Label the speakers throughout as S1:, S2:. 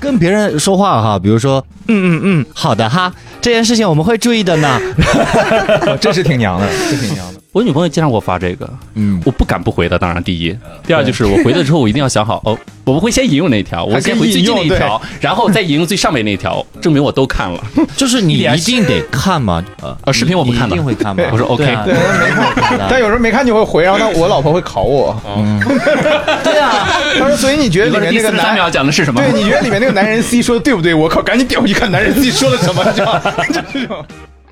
S1: 跟别人说话哈，比如说，嗯嗯嗯，好的哈，这件事情我们会注意的呢。
S2: 这是挺娘的，这挺娘的。
S3: 我女朋友经常给我发这个，
S2: 嗯，
S3: 我不敢不回的。当然，第一，第二就是我回了之后，我一定要想好哦，我不会先引用那一条，我
S2: 还可以
S3: 先回最近那一
S2: 引用
S3: 条， 然后再引用最上面那一条，证明我都看 了。
S1: 就是你一定得看嘛，
S3: 呃，视频我不看
S1: 你一定
S3: 的，
S1: 会看嘛。
S3: 我说 OK
S1: 对啊
S2: 对，没看， 但有时候没看就会回，然后他我老婆会考我。嗯
S1: 对啊，
S2: 他说：“所以你觉得里面
S3: 哦第
S2: 那个
S3: 四十三
S2: 男
S3: 秒讲的是什么？
S2: 对，你觉得里面那个男人 C 说的对不对？我靠，赶紧点回去看男人 C 说了什么，这 样就这种。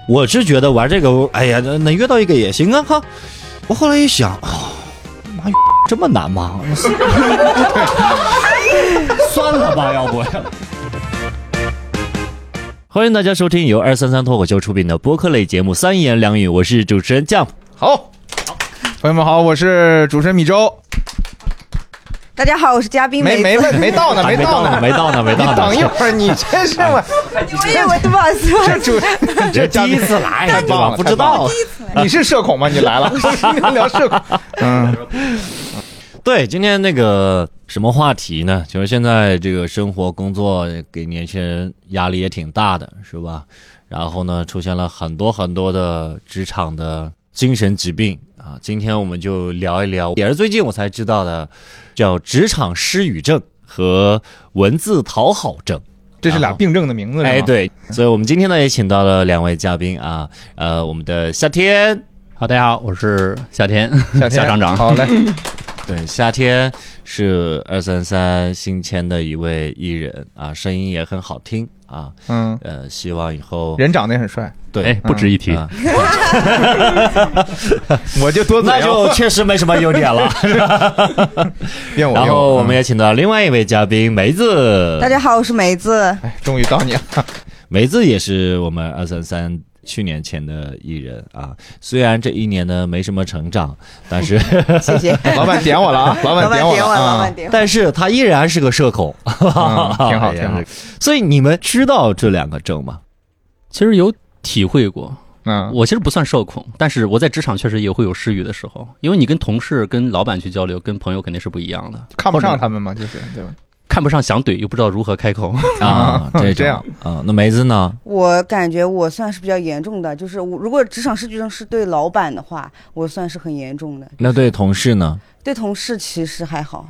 S1: 我是觉得玩这个，哎呀，能能约到一个也行啊哈。我后来一想，哦妈、这么难吗？ 算了吧，要不。欢迎大家收听由二三三脱口秀出品的播客类节目《三言两语》，我是主持人酱。
S2: 好，朋友们好，我是主持人米粥。
S4: 大家好，我是嘉宾
S2: 没
S4: 梅
S2: 没
S4: 子。
S2: 啊问没到呢，
S1: 没
S2: 到
S1: 呢，
S2: 呢，
S1: 啊没到呢，没
S2: 你
S1: 到呢。哎
S2: 等一会儿，你真是我
S4: 我以为不好意思，不好
S2: 这
S4: 意思
S2: 主这
S1: 这
S2: 嘉
S1: 第一
S2: 宾，
S1: 次来，
S2: 太
S1: 对
S2: 棒
S1: 吧
S2: 了
S1: 不知道。
S2: 你是社恐吗？你 来了，聊社恐。嗯，
S1: 对，今天那个什么话题呢？就是现在这个生活工作给年轻人压力也挺大的，是吧？然后呢，出现了很多很多的职场的精神疾病啊。今天我们就聊一聊，也是最近我才知道的，叫职场失语症和文字讨好症。
S2: 这
S3: 啊
S2: 是俩病症的名字。是吗
S1: 哎，，对，所以我们今天呢也请到了两位嘉宾啊，呃，我们的夏天。
S3: 好，大家好，我是夏天，
S2: 夏天
S3: 厂长。
S2: 好嘞，
S1: 对，夏天是二三三新签的一位艺人啊，声音也很好听啊，
S2: 嗯，
S1: 呃，希望以后
S2: 人长得也很帅，
S1: 对、
S3: 哎，
S2: 嗯
S3: 不值一提。
S1: 啊，
S2: 我就多 嘴
S1: 那
S2: 啊，
S1: 就确实没什么优点了。
S2: 怨 我。
S1: 然
S2: 怨
S1: 后我
S2: 嗯
S1: 们也请到另外一位嘉宾梅子，
S4: 大家好，我是梅 子。
S2: 哎，终于到你了，
S1: 梅子也是我们二三三去年签的艺人啊，虽然这一年呢没什么成长，但 是
S4: 谢谢。
S2: 老板点我了啊，老
S4: 老板
S2: 点
S4: 点
S2: 了
S4: 我，老
S2: 啊
S4: 板，点我。
S1: 但是他依然是个社恐，
S2: 嗯 挺好
S1: 哎呀
S2: 挺好，
S1: 所以你们知道这两个症 吗？
S3: 其实有体会过，
S2: 嗯，
S3: 我其实不算社恐，但是我在职场确实也会有失语的时候，因为你跟同事、跟老板去交流，跟朋友肯定是不一样的，
S2: 看不上他们嘛，就是对吧？
S3: 看不上想怼又不知道如何开 口。
S1: 啊，
S2: 嗯
S1: 这
S2: 这样
S1: 种啊，那梅子呢？
S4: 我感觉我算是比较严重的，就是我如果职场失去症是对老板的话，我算是很严重的。
S1: 那对同事呢？
S4: 对同事其实还好，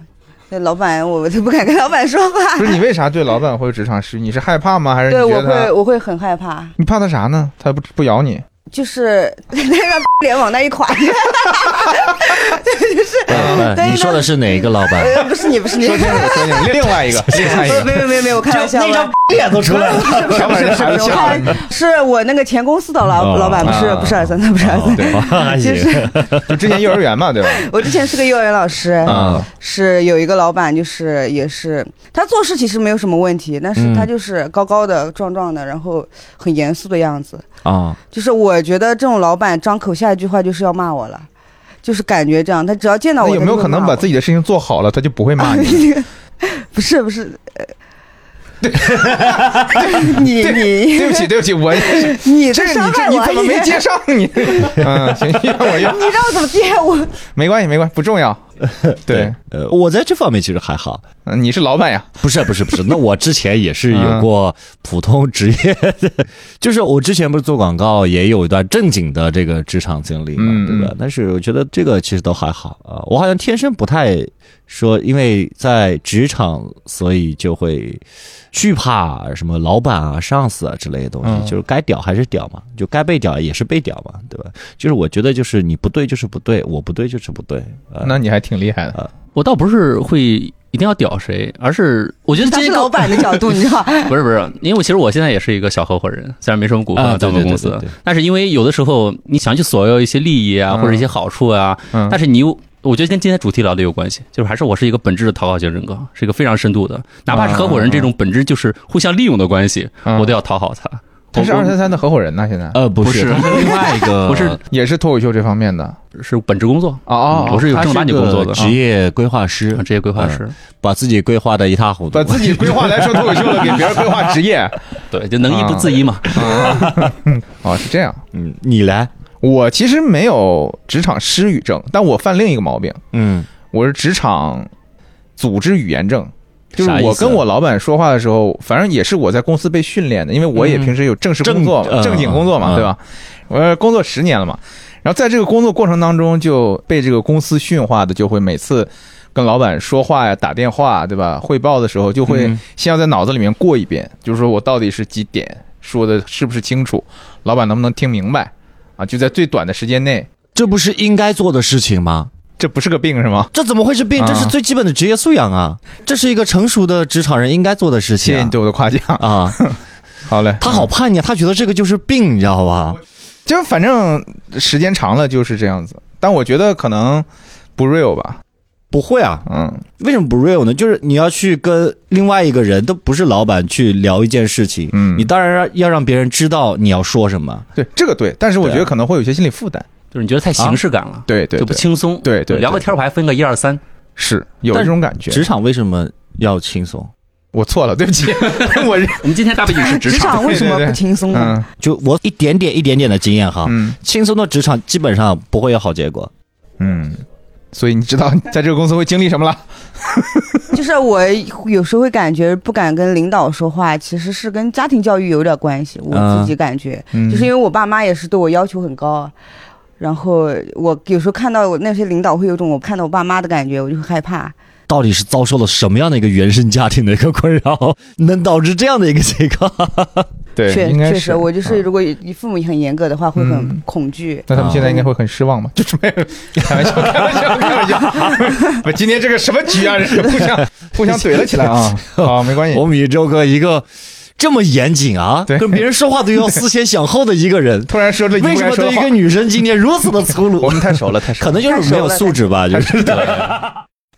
S4: 对老板我都不敢跟老板说 话
S2: 不。是你为啥对老板会有职场失？你是害怕吗？还是
S4: 对，
S2: 你
S4: 我
S2: 觉
S4: 会
S2: 得他？
S4: 我会很害怕，
S2: 你怕他啥呢？他不不咬你？
S4: 就是 那张脸往那一垮。
S2: 嗯
S1: 对
S4: 对
S1: 哎你说的是哪一个老板？
S4: 呃， 不是你，不是你，
S2: 说清楚，哎说清楚。另外一个，另外一
S4: 没
S2: 个，
S4: 有没有没有，我开玩笑。我
S1: 脸都出来了。
S2: 小本人还
S4: 我
S2: 笑。
S4: 看是我那个前公司的老
S1: 哦
S4: 老板，不是
S2: 啊
S4: 不是二三三，不是二三三，
S1: 对，还
S4: 就
S1: 行
S4: 是
S2: 就之前幼儿园嘛，对吧？
S4: 我之前是个幼儿园老师，
S2: 嗯
S1: 啊
S4: 是有一个老板，就是也是他做事其实没有什么问题，但
S1: 嗯
S4: 是他就是高高的、壮壮的，然后很严肃的样子。
S1: 啊！
S4: 就是我觉得这种老板张口下一句话就是要骂我了，就是感觉这样。他只要见到
S2: 那
S4: 我，
S2: 有没有可能把自
S4: 己
S2: 己的事情做好了，他就不会骂你？？
S4: 不是不是， 呃你你
S2: 对不起，对不起，我这
S4: 你
S2: 个
S4: 伤
S2: 你
S4: 害
S2: 这你
S4: 我，
S2: 怎么没接上你？嗯，行，怨我怨，
S4: 你让我怎么接我？
S2: 没关系，没关系，不重要。对，，
S1: 呃，我在这方面其实还好，
S2: 嗯你是老板呀，
S1: 不是不是不是，那我之前也是有过普通职业的， 就是我之前不是做广告，也有一段正经的这个职场经历嘛，
S2: 嗯
S1: 对吧
S2: 嗯？
S1: 但是我觉得这个其实都还好啊，我好像天生不太说，因为在职场，所以就会惧怕什么老板啊、上司啊之类的东
S2: 嗯
S1: 西，就是该屌还是屌嘛，就该被屌也是被屌嘛，对吧？就是我觉得就是你不对就是不对，我不对就是不对，呃
S2: 那你还挺厉害的。
S3: 我倒不是会一定要屌谁，而是我觉得
S4: 他
S3: 这
S4: 是
S3: 个
S4: 老板的角度，你知 道？
S3: 不是不是，因为我其实我现在也是一个小合伙人，虽然没什么股份
S1: 啊
S3: 在我们
S1: 对对
S3: 公司
S1: 对对对，
S3: 但是因为有的时候你想去索要一些利益啊，
S2: 嗯
S3: 或者一些好处啊，
S2: 嗯
S3: 但是你又。我觉得跟今天主题聊的有关系，就是还是我是一个本质的讨好型人格，是一个非常深度的，哪怕是合伙人这种本质就是互相利用的关系，
S2: 嗯
S3: 我都要讨好他。
S2: 他是
S3: 我
S2: 二三三的合伙人呢，现在
S1: 呃，不是，
S3: 不是
S1: 他是 另外一个，
S3: 不是
S2: 也是脱口秀这方面的。
S3: 我是本职工作，
S2: 哦哦，
S3: 我是有
S1: 他
S3: 正儿八经
S1: 个
S3: 工作的
S1: 职业规划师，
S3: 职业规
S2: 嗯
S3: 划师，
S1: 啊把自己规划的一塌糊涂
S2: 把。自己规划来说脱口秀 了，给别人规划职业。
S3: 对，就能
S2: 啊
S3: 一不自一嘛。
S2: 哦，是这样。
S1: 嗯，你来，
S2: 我其实没有职场失语症，但我犯另一个毛病，
S1: 嗯，
S2: 我是职场组织语言症。就是
S1: 啥意思啊
S2: 我跟我老板说话的时候，反正也是我在公司被训练的，因为我也
S1: 嗯
S2: 平时有正式工作、
S1: 正
S2: 正经工作
S1: 嗯
S2: 嘛，对吧？我工作十年了嘛，然后在这个工作过程当中，就被这个公司驯化的，就会每次跟老板说话呀、打电话，对吧？汇报的时候就会
S1: 嗯
S2: 先要在脑子里面过一遍，就是说我到底是几点说的，是不是清楚，老板能不能听明白啊？就在最短的时间内，
S1: 这不是应该做的事情吗？
S2: 这不是个病是吗？
S1: 这怎么会是病？
S2: 啊
S1: 这是最基本的职业素养啊！这是一个成熟的职场人应该做的事
S2: 谢
S1: 情
S2: 谢你
S1: 啊
S2: 对我的夸奖，
S1: 啊！
S2: 好嘞，
S1: 他好叛逆，啊他觉得这个就是病，你知道吧？
S2: 就反正时间长了就是这样子，但我觉得可能不 real 吧，
S1: 不会啊，
S2: 嗯，
S1: 为什么不 real 呢？就是你要去跟另外一个人，都不是老板去聊一件事情，
S2: 嗯
S1: 你当然要让别人知道你要说什么。
S2: 对，这个对，但是我觉
S1: 对
S2: 得
S1: 啊
S2: 可能会有些心理负担，
S3: 就是你觉得太形式感了，
S2: 对对
S3: 就不
S2: 对，
S3: 轻松。
S2: 对对对
S3: 聊个天儿我还分个一二三，
S2: 是有
S1: 但
S2: 这种感觉
S1: 职，场为什么要轻松？
S2: 我错了，对不起，我认
S3: 我们今天大背景是职
S4: 职
S3: 场，
S4: 场为什么
S2: 对对对
S4: 不轻松呢？
S2: 嗯
S1: 就我一点点一点点的经验哈，
S2: 嗯
S1: 轻松的职场基本上不会有好结果。
S2: 嗯，所以你知道在这个公司会经历什么了？
S4: 就是我有时候会感觉不敢跟领导说话，其实是跟家庭教育有点关系。我自己感觉，
S2: 嗯
S4: 就是因为我爸妈也是对我要求很高，啊然后我有时候看到我那些领导会有种我看到我爸妈的感觉，我就会害怕。
S1: 到底是遭受了什么样的一个原生家庭的一个困扰，能导致这样的一个结 果？
S2: 对，
S4: 确
S2: 应该
S4: 确实，我就是
S2: 嗯
S4: 如果你父母很严格的话，会
S2: 嗯
S4: 很恐惧。
S2: 那他们现在应该会很失望吧？就是没有，开玩笑，开玩笑，开玩笑。不，今天这个什么局啊？这是互相互相怼了起来啊！好，没关系
S1: 我。们宇宙哥一个这么严谨啊，
S2: 对
S1: 跟别人说话都要思前想后的一个人，
S2: 突然说了，
S1: 为什么对一个女生今天如此的粗鲁？
S2: 我们太熟了，太熟
S1: 可
S2: 了。
S1: 能就是没有素质吧，就是。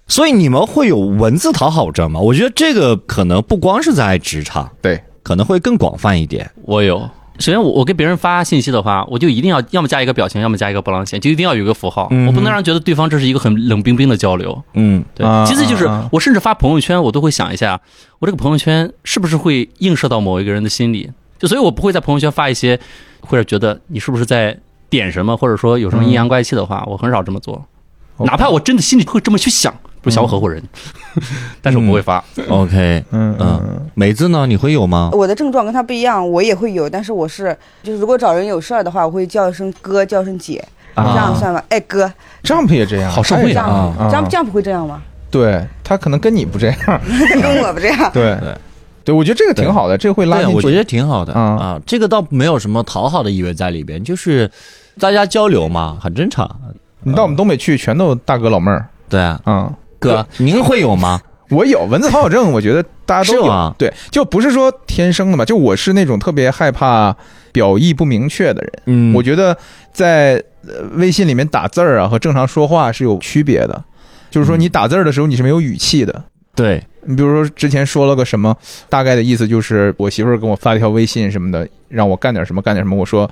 S1: 所以你们会有文字讨好症吗？我觉得这个可能不光是在职场，
S2: 对，
S1: 可能会更广泛一点。
S3: 我有。首先我，我给别人发信息的话，我就一定要要么加一个表情，要么加一个波浪线，就一定要有一个符号，
S1: 嗯
S3: 我不能让觉得对方这是一个很冷冰冰的交流。
S1: 嗯，
S3: 对
S2: 啊，
S3: 其次就是
S2: 啊啊
S3: 我甚至发朋友圈，我都会想一下，我这个朋友圈是不是会映射到某一个人的心里？就所以，我不会在朋友圈发一些会觉得你是不是在点什么，或者说有什么阴阳怪气的话，我很少这么做。
S2: OK
S3: 哪怕我真的心里会这么去想，不是想我合伙人， 但是我不会发。
S1: OK，
S2: 嗯嗯
S1: 嗯，梅子呢？你会有吗？
S4: 我的症状跟他不一样，我也会有，但是我是就是如果找人有事儿的话，我会叫一声哥，叫一声姐，这
S1: 啊
S4: 样算吗？哎哥，
S2: ，Jump 也这样，
S3: 好社
S2: 他也
S3: 会
S4: 这
S2: 这样
S4: 样
S1: 啊
S2: 啊
S4: 这样这样不会这样吗？
S2: 对他可能跟你不 这样，
S4: 跟我不这样。
S2: 对
S1: 对
S2: 对，我觉得这个挺好的，这个会拉
S1: 对，
S2: 近
S1: 我
S2: 距
S1: 觉
S2: 离。
S1: 得挺好的
S2: 啊
S1: 啊，这个倒没有什么讨好的意味在里边，就是大家交流嘛，很正常。
S2: 你到我们东北去，全都大哥老妹儿
S1: 对啊，
S2: 啊。
S1: 哥，您会有吗？
S2: 我有蚊子讨好症，我觉得大家都
S1: 是吗
S2: 有。对，就不是说天生的嘛，就我是那种特别害怕表意不明确的人。
S1: 嗯
S2: 我觉得在呃微信里面打字儿啊和正常说话是有区别的，就是
S1: 嗯
S2: 说你打字儿的时候你是没有语气的。
S1: 对，
S2: 你比如说之前说了个什么，大概的意思就是我媳妇儿给我发了条微信什么的，让我干点什么干点什么。我说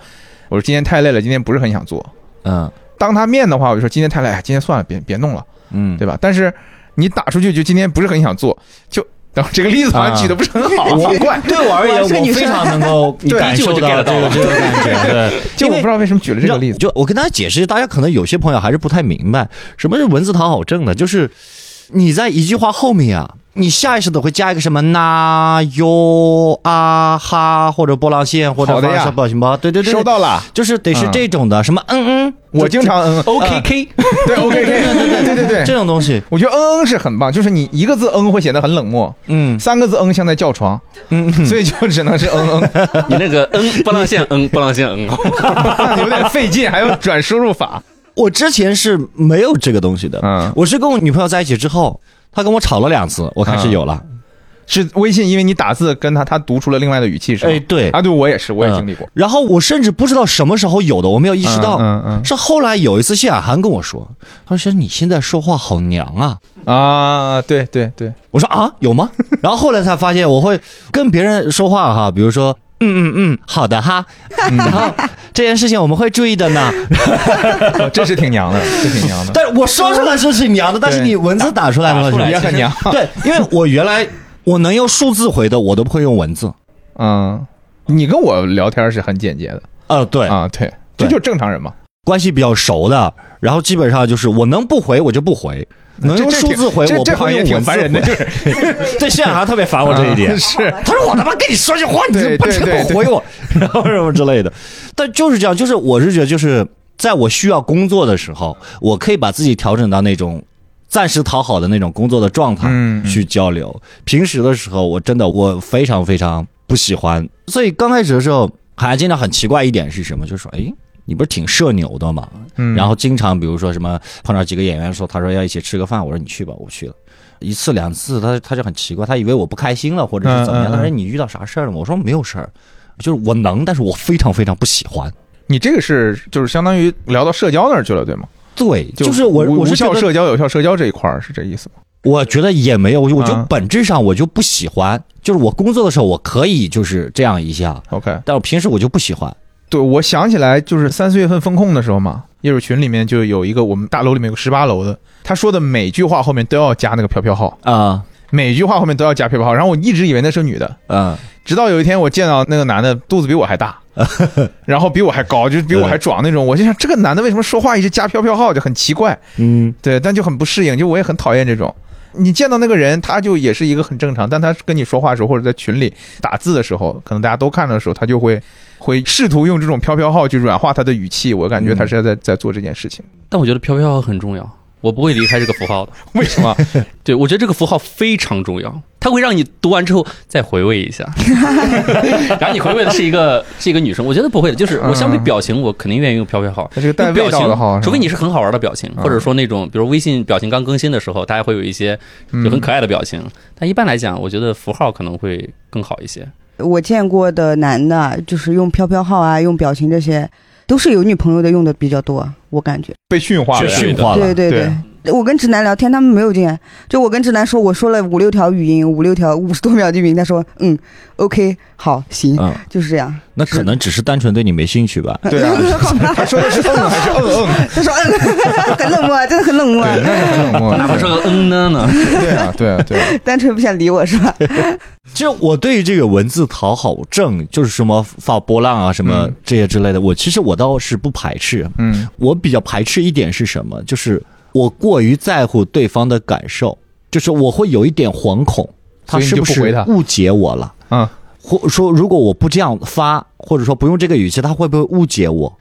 S2: 我说今天太累了，今天不是很想做。
S1: 嗯
S2: 当他面的话，我就说今天太累，哎今天算了，别别弄了，
S1: 嗯，
S2: 对吧？但是你打出去就今天不是很想做，就然后这个例子好像举的不是很好，
S1: 啊
S2: 很怪。
S1: 对我而言，
S4: 我是个
S1: 我
S4: 女
S1: 非
S4: 生
S1: 常能够
S2: 对
S1: 感受到这个这个感觉， 对，
S2: 就我不知道为什么举了这个例子。
S1: 就我跟大家解释，大家可能有些朋友还是不太明白什么是文字讨好症呢？就是你在一句话后面啊，你下意识的会加一个什么那哟啊哈，或者波浪线，或者
S2: 好的
S1: 发
S2: 呀
S1: 什么什么，对对对，
S2: 收，到了，
S1: 就是得是这种的，什么嗯嗯，
S2: 我经常嗯
S3: OK K，
S2: 对 OK 对对对对
S1: 这
S2: 对，
S1: 种东西，
S2: 我觉得嗯嗯是很棒，就是你一个字嗯会显得很冷漠，
S1: 嗯
S2: 三个字嗯像在叫床，
S1: 嗯，
S2: 所以就只能是嗯嗯，
S3: 你那个嗯波浪线嗯波浪线嗯，
S2: 有点费劲，还有转输入法。
S1: 我之前是没有这个东西的，
S2: 嗯
S1: 我是跟我女朋友在一起之后，她跟我吵了两次，我开始有了，
S2: 是微信，因为你打字跟他，他读出了另外的语气，是吧？
S1: 哎对
S2: 啊，对我也是，我也
S1: 嗯
S2: 经历过，
S1: 然后我甚至不知道什么时候有的，我没有意识到。
S2: 嗯嗯
S1: 是后来有一次，谢雅涵跟我说，他说：“你现在说话好娘啊。
S2: 嗯啊，对对对，”
S1: 我说：“啊，有吗？” 然后后来才发现，我会跟别人说话哈，比如说。嗯嗯嗯，好的哈，然后这件事情我们会注意的呢。
S2: 哦这是挺娘的，这挺娘的，
S1: 但是我说出来是是娘的，但是你文字打出来
S3: 打
S1: 了，
S3: 出来
S2: 也
S1: 是吧
S2: 很娘，
S1: 嗯 对，因为我原来我能用数字回的，我都不会用文字。
S2: 嗯。你跟我聊天是很简洁的
S1: 呃，对，
S2: 啊，对，这
S1: 对
S2: 就是正常人嘛。
S1: 关系比较熟的，然后基本上就是我能不回我就不回，能用
S2: 这
S1: 数字回，
S2: 这
S1: 我
S2: 这
S1: 不
S2: 好
S1: 会
S2: 像也
S1: 用
S2: 挺
S1: 文字
S2: 烦人的，
S1: 回。
S2: 就是
S1: 这现场特别烦我这一 点
S2: 啊。是
S1: 他说我他妈跟你说句话，你就
S2: 对
S1: 不
S2: 对
S1: 不
S2: 对对
S1: 回我， 然后什么之类的。但就是这样，就是我是觉得，就是在我需要工作的时候，我可以把自己调整到那种暂时讨好的那种工作的状态
S2: 嗯嗯
S1: 去交流。平时的时候，我真的我非常非常不喜欢，所以刚开始的时候，还见到很奇怪一点是什么？就是说，哎，你不是挺社牛的吗？
S2: 嗯
S1: 然后经常比如说什么碰到几个演员说，他说要一起吃个饭，我说你去吧，我去了。一次两次，他他就很奇怪，他以为我不开心了，或者是怎么样。
S2: 嗯嗯嗯
S1: 他说你遇到啥事儿了吗？我说没有事儿，就是我能，但是我非常非常不喜欢。
S2: 你这个是就是相当于聊到社交那儿去了，对吗？
S1: 对，就是我
S2: 无
S1: 我
S2: 无
S1: 是觉
S2: 效
S1: 得，
S2: 社交、有效社交这一块儿是这意思吗？
S1: 我觉得也没有，我就我就
S2: 嗯
S1: 本质上我就不喜欢，就是我工作的时候我可以就是这样一下，
S2: ？OK，
S1: 但我平时我就不喜欢。
S2: 对，我想起来就是三四月份风控的时候嘛，业主群里面就有一个我们大楼里面有个十八楼的，他说的每句话后面都要加那个票票号，
S1: 啊、
S2: 每句话后面都要加票票号，然后我一直以为那是女的，
S1: 嗯，
S2: 直到有一天我见到那个男的肚子比我还大，然后比我还高，就是比我还壮那种，我就想这个男的为什么说话一直加飘飘号就很奇怪，
S1: 嗯
S2: 对，但就很不适应，就我也很讨厌这种。你见到那个人，他就也是一个很正常，但他跟你说话的时候，或者在群里打字的时候，可能大家都看到的时候，他就会会试图用这种飘飘号去软化他的语气。我感觉他是在在做这件事情，
S3: 但我觉得飘飘很重要，我不会离开这个符号的。
S2: 为什么？
S3: 对，我觉得这个符号非常重要，它会让你读完之后再回味一下。 然后你回味的是一个是一个女生，我觉得不会的，就是我相比表情，我肯定愿意用飘飘号。
S2: 它是个带
S3: 用表
S2: 嗯味道的
S3: 情
S2: 号，
S3: 除非你是很好玩的表情，
S2: 嗯
S3: 或者说那种，比如微信表情刚更新的时候，大家会有一些
S2: 嗯
S3: 就很可爱的表情。但一般来讲，我觉得符号可能会更好一些。
S4: 我见过的男的，就是用飘飘号啊，用表情这些，都是有女朋友的用的比较多，我感觉。
S2: 被驯化
S1: 去
S2: 了，
S1: 驯化
S4: 对
S1: 了。
S4: 对
S2: 对
S4: 对，我跟直男聊天，他们没有这样。就我跟直男说，我说了五六条语音，五六条五十多秒的语音，他说嗯，OK，好，行，
S1: 嗯，
S4: 就是这样。
S1: 那可能只是单纯对你没兴趣吧。
S2: 啊对啊
S4: 好吧，
S2: 他说的是嗯还是嗯嗯？
S4: 他说嗯，很冷漠，真的很冷漠，啊
S2: 对，那是很冷漠。
S3: 哪怕说个嗯呢呢，
S2: 对啊，对啊，对啊，
S4: 单纯不想理我是吧？
S1: 其实我对于这个文字讨好症，就是什么发波浪啊、什么
S2: 嗯
S1: 这些之类的，我其实我倒是不排斥。
S2: 嗯
S1: 我比较排斥一点是什么？就是我过于在乎对方的感受，就是我会有一点惶恐，
S2: 所
S1: 他
S2: 以你
S1: 是
S2: 就不回
S1: 是
S2: 他
S1: 误解我了？
S2: 嗯，
S1: 或说如果我不这样发，或者说不用这个语气，他会不会误解我？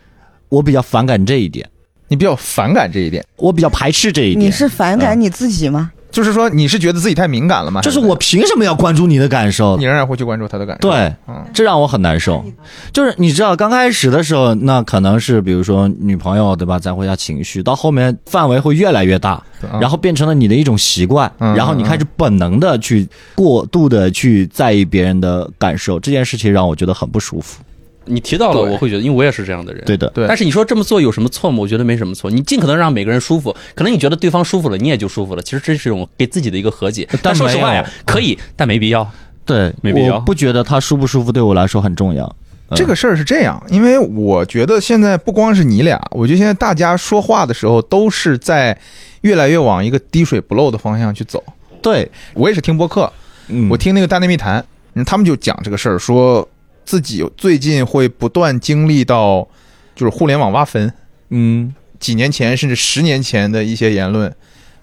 S1: 我比较反感这一点，
S2: 你比较反感这一点，
S1: 我比较排斥这一点。
S4: 你是反
S2: 嗯
S4: 感你自己吗？
S2: 就是说你是觉得自己太敏感了吗？
S1: 就是
S2: 还
S1: 我凭什么要关注你的感受
S2: 你？仍然会去关注他的感受。
S1: 对，
S2: 嗯
S1: 这让我很难受。就是你知道，刚开始的时候，那可能是比如说女朋友对吧，在乎一下情绪，到后面范围会越来越大，
S2: 对，
S1: 然后变成了你的一种习惯，
S2: 嗯
S1: 然后你开始本能的去过度的去在意别人的感受，这件事情让我觉得很不舒服。
S3: 你提到了，
S2: 对
S3: 我会觉得，因为我也是这样的人。
S1: 对的，
S2: 对
S3: 但是你说这么做有什么错吗？我觉得没什么错。你尽可能让每个人舒服，可能你觉得对方舒服了，你也就舒服了。其实这是一种给自己的一个和解。
S1: 但
S3: 说实话呀
S2: 啊
S1: 没，
S3: 可以，
S2: 嗯
S3: 但没必要。
S1: 对，
S3: 没必要
S1: 我不觉得他舒不舒服对我来说很重要。嗯
S2: 这个事儿是这样，因为我觉得现在不光是你俩，我觉得现在大家说话的时候都是在越来越往一个滴水不漏的方向去走。
S1: 嗯对，
S2: 我也是听播客，
S1: 嗯，
S2: 我听那个大内密谈，嗯他们就讲这个事儿，说自己最近会不断经历到就是互联网挖坟，
S1: 嗯
S2: 几年前甚至十年前的一些言论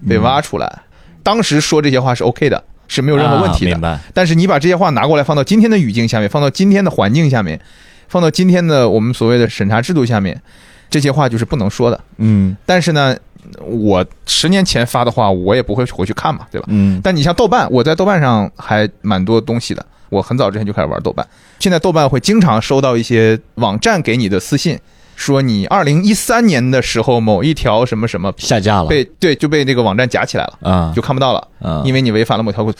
S2: 被
S1: 嗯
S2: 挖出来，当时说这些话是 OK 的，是没有任何问题
S1: 啊
S2: 的
S1: 明。白？
S2: 但是你把这些话拿过来放到今天的语境下面，放到今天的环境下面，放到今天的我们所谓的审查制度下面，这些话就是不能说的。
S1: 嗯
S2: 但是呢，我十年前发的话，我也不会回去看嘛，对吧？
S1: 嗯，
S2: 但你像豆瓣，我在豆瓣上还蛮多东西的。我很早之前就开始玩豆瓣，现在豆瓣会经常收到一些网站给你的私信，说你二零一三年的时候某一条什么什么
S1: 下架了
S2: 被对就被那个网站夹起来了，
S1: 啊
S2: 就看不到了。
S1: 啊，
S2: 因为你违反了某条规。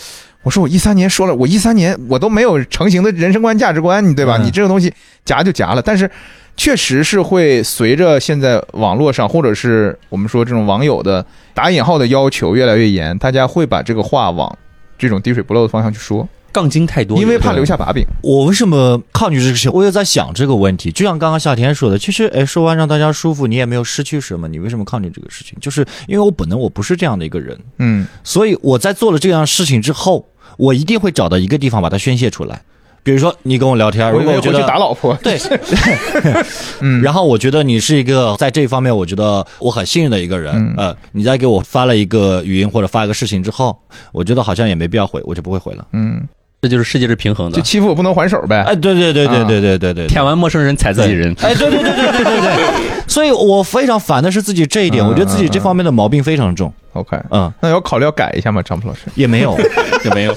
S2: 我说我一三年说了，我一三年我都没有成型的人生观、价值观，你对吧？
S1: 嗯
S2: 你这个东西夹就夹了，但是确实是会随着现在网络上或者是我们说这种网友的打引号的要求越来越严，大家会把这个话往这种滴水不漏的方向去说，
S3: 杠精太多，
S2: 因为怕
S3: 对
S2: 留下把柄。
S1: 我为什么抗拒这个事情？我也在想这个问题。就像刚刚夏天说的，其实哎，说完让大家舒服，你也没有失去什么，你为什么抗拒这个事情？就是因为我本能我不是这样的一个人，
S2: 嗯，
S1: 所以我在做了这样事情之后，我一定会找到一个地方把它宣泄出来。比如说你跟我聊天，
S2: 哎我
S1: 如
S2: 以
S1: 果
S2: 为
S1: 觉
S2: 回去
S1: 得
S2: 打老婆，
S1: 对，
S2: 嗯
S1: 然后我觉得你是一个在这方面，我觉得我很信任的一个人。
S2: 嗯
S1: 呃，你再给我发了一个语音或者发一个事情之后，我觉得好像也没必要回，我就不会回了。
S2: 嗯，
S3: 这就是世界是平衡的
S2: 就。欺负我不能还手呗，
S1: 哎，对对对对
S2: 啊
S1: 对对对对，
S3: 舔完陌生人踩自己人，
S1: 哎，对对对对对对 对，所以我非常烦的是自己这一点，
S2: 嗯
S1: 我觉得自己这方面的毛病非常重，
S2: ，OK，
S1: 嗯，
S2: 那要考虑要改一下吗，张普老师？
S1: 也没 有，也没有，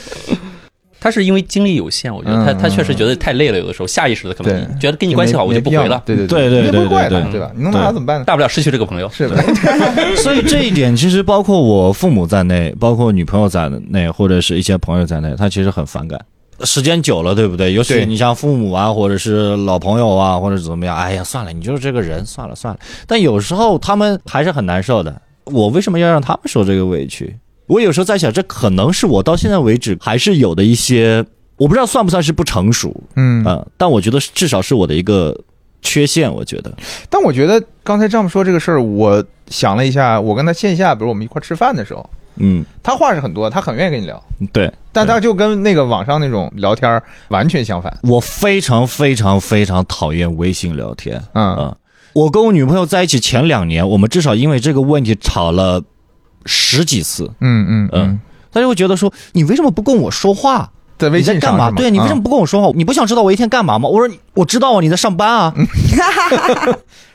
S3: 他是因为精力有限，我觉得他
S2: 嗯
S3: 他确实觉得太累了，有的时候下意识的可
S2: 对
S3: 能觉得跟你关系好，我就不
S2: 嗯
S3: 回
S2: 也没
S3: 了，
S2: 没必要对
S1: 对对
S2: 你也不会
S1: 对
S2: 怪
S1: 对
S2: 他，
S1: 对
S2: 对吧？你弄他
S1: 对
S2: 怎么办呢？
S3: 大不了失去这个朋 友。
S2: 是
S3: 对
S2: 吧？
S1: 所以这一点其实包括我父母在内，包括女朋友在内，或者是一些朋友在内，他其实很反感。时间久了，对不对？尤其
S2: 对
S1: 你像父母啊，或者是老朋友啊，或者怎么样，哎呀，算了，你就是这个人，算了算了。但有时候他们还是很难受的。我为什么要让他们受这个委屈？我有时候在想，这可能是我到现在为止还是有的一些，我不知道算不算是不成熟
S2: 嗯
S1: 啊、，呃但我觉得至少是我的一个缺陷。我觉得，
S2: 但我觉得刚才丈夫说这个事儿，我想了一下，我跟他线下，比如我们一块儿吃饭的时候，
S1: 嗯，
S2: 他话是很多，他很愿意跟你聊，
S1: 对。
S2: 但他就跟那个网上那种聊天儿完全相反。
S1: 我非常非常非常讨厌微信聊天。
S2: 嗯
S1: 嗯，我跟我女朋友在一起前两年，我们至少因为这个问题吵了十几次。
S2: 嗯嗯嗯，
S1: 她就会觉得说，你为什么不跟我说话？
S2: 在微
S1: 你在
S2: 信上
S1: 干嘛？
S2: 是吗
S1: 对你为什么
S2: 嗯
S1: 不跟我说话？你不想知道我一天干嘛吗？我说你我知道啊，你在上班啊。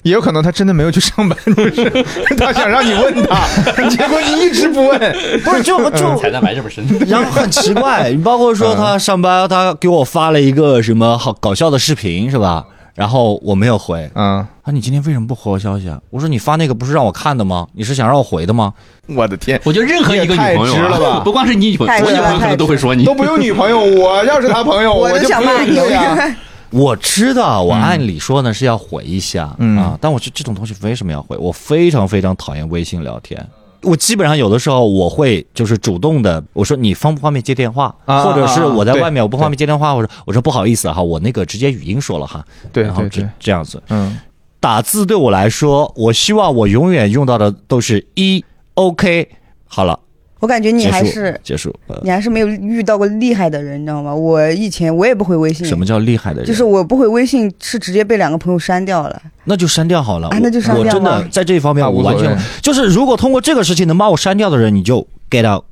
S2: 也有可能他真的没有去上班，就是他想让你问他，结果你一直不问。
S1: 不是就 就
S3: 踩蛋白是不是？
S1: 然后很奇怪，包括说他上班，他给我发了一个什么好搞笑的视频是吧？然后我没有回，
S2: 嗯，
S1: 啊，你今天为什么不回我消息啊？我说你发那个不是让我看的吗？你是想让我回的吗？
S2: 我的天，
S3: 我觉得任何一个女
S2: 也
S3: 朋友
S2: 太值了吧
S3: 啊，不光是你女朋友，
S4: 太值
S3: 我
S4: 了
S3: 女朋友可能都会说你
S2: 都。不用女朋友，我要是他朋 友，
S4: 我
S2: 我
S4: 都
S2: 就
S4: 想
S2: 不
S4: 骂
S2: 用
S4: 你。
S2: 对呀。
S1: 我知道，我按理说呢是要回一下、
S2: 嗯
S1: 啊，但我觉得这种东西为什么要回？我非常非常讨厌微信聊天。我基本上有的时候我会就是主动的，我说你方不方便接电话，
S2: 啊
S1: 或者是我在
S2: 对
S1: 外面我不方便接电话，我说我说不好意思哈，我那个直接语音说了哈，
S2: 对
S1: 然后
S2: 对
S1: 这
S2: 对，
S1: 这样子。
S2: 嗯
S1: 打字对我来说，我希望我永远用到的都是一 OK 好了，
S4: 我感觉你
S1: 结
S4: 还
S1: 束
S4: 是
S1: 结束。呃
S4: 你还是没有遇到过厉害的人，你知道吗？我以前我也不回微信，
S1: 什么叫厉害的人？
S4: 就是我不回微信是直接被两个朋友删掉了。
S1: 那就删掉好了。
S4: 啊
S1: 我
S4: 那就删掉
S1: 我真的
S4: 吧
S1: 在这一方面，
S2: 啊
S1: 我
S2: 无所
S1: 完
S2: 谓
S1: 全就是，如果通过这个事情能把我删掉的人，你就 get out。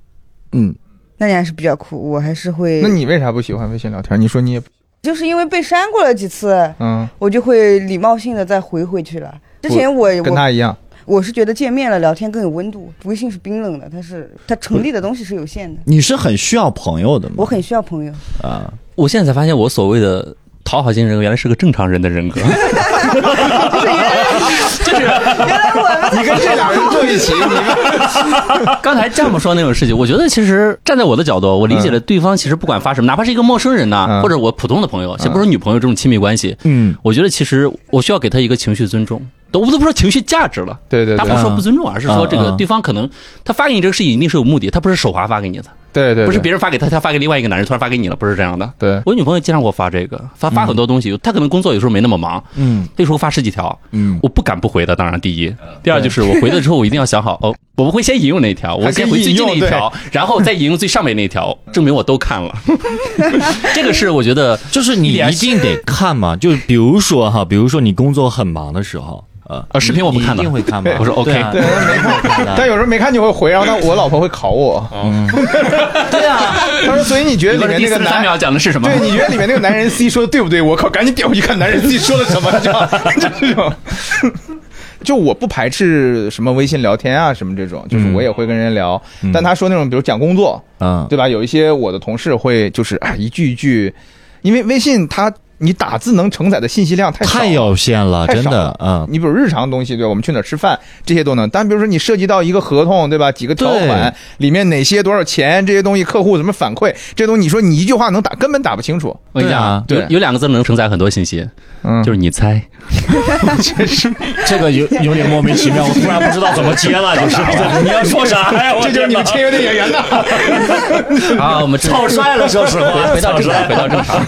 S1: 嗯，
S4: 那你还是比较酷，我还是会。
S2: 那你为啥不喜欢微信聊天？你说你也
S4: 就是因为被删过了几次，
S2: 嗯，
S4: 我就会礼貌性的再回回去了。之前我
S2: 跟
S4: 我
S2: 他一样，
S4: 我是觉得见面了聊天更有温度，微信是冰冷的，它是它成立的东西是有限的。
S1: 你是很需要朋友的吗？
S4: 我很需要朋友，
S1: 啊，
S3: 我现在才发现，我所谓的讨好型人格，原来是个正常人 的人格。
S2: 你跟这俩人坐一起，你
S3: 刚才这么说那种事情，我觉得其实站在我的角度，我理解了对方其实不管发什么，哪怕是一个陌生人呐、
S2: 嗯
S3: 或者我普通的朋友，且不是女朋友这种亲密关系，
S1: 嗯，
S3: 我觉得其实我需要给他一个情绪尊重。都我都不说情绪价值了，
S2: 对对
S3: 他不
S2: 对
S3: 是说不尊重，而是说这个
S1: 嗯嗯
S3: 对方可能他发给你这个事情一定是有目的，他不是手滑发给你的，
S2: 对对，
S3: 不是
S2: 对
S3: 别人发给他，他发给另外一个男人，突然发给你了，不是这样的。
S2: 对，
S3: 我女朋友经常给我发这个，发
S2: 嗯
S3: 发很多东西，她可能工作有时候没那么忙，
S1: 嗯
S3: 那时候发十几条，
S1: 嗯，
S3: 我不敢不回的，当然第一，第二就是我回了之后，我一定要想好哦，我不会先引用那一条，我
S2: 还可以
S3: 先回最近那一
S2: 引用
S3: 条，然后再引用最上面那一条，证明我都看 了。这个是我觉得
S1: 就是你
S3: 一
S1: 一
S3: 点
S1: 定得看嘛，就比如说哈，比如说你工作很忙的时候，呃，
S3: 啊视频我不看的
S1: 你一定会看嘛。
S3: 我说 OK
S1: 对啊，
S2: 但有时候没看就会回，然后呢，我老婆会考我。
S1: 对啊，
S2: 她说：“所以你觉得
S3: 你
S2: 里
S3: 说
S2: 面
S3: 第
S2: 那个
S3: 四十三
S2: 男
S3: 秒讲的是什么？
S2: 对，你觉得里面那个男人 C 说的对不对？我靠，赶紧点回去看男人 C 说了什么，你知道吗？就这种。 就我不排斥什么微信聊天啊，什么这种，就是我也会跟人聊。但他说那种，比如讲工作，
S1: 嗯，
S2: 对吧？有一些我的同事会就是啊、一句一句，因为微信它你打字能承载的信息量太少了
S1: 太有限了，
S2: 太
S1: 真
S2: 少
S1: 的
S2: 了，
S1: 嗯，
S2: 啊你比如日常的东西，对吧，我们去哪儿吃饭这些都能。但比如说你涉及到一个合同，对吧？几个条款里面哪些多少钱，这些东西客户怎么反馈，这些东西你说你一句话能打，根本打不清楚。
S3: 我跟你讲
S2: 对啊
S3: 有有两个字能承载很多信息，
S2: 嗯
S3: 就是你猜。
S1: 这个有有点莫名其妙，我突然不知道怎么接了，就是 你要说啥哎呀？
S3: 哦
S1: 我
S2: 这就是你们
S1: 天
S2: 签约的演员呐，
S3: 啊，我们
S1: 哪草率了，说实话，
S3: 回到
S1: 草
S3: 正
S1: 率
S3: 常，回到正常。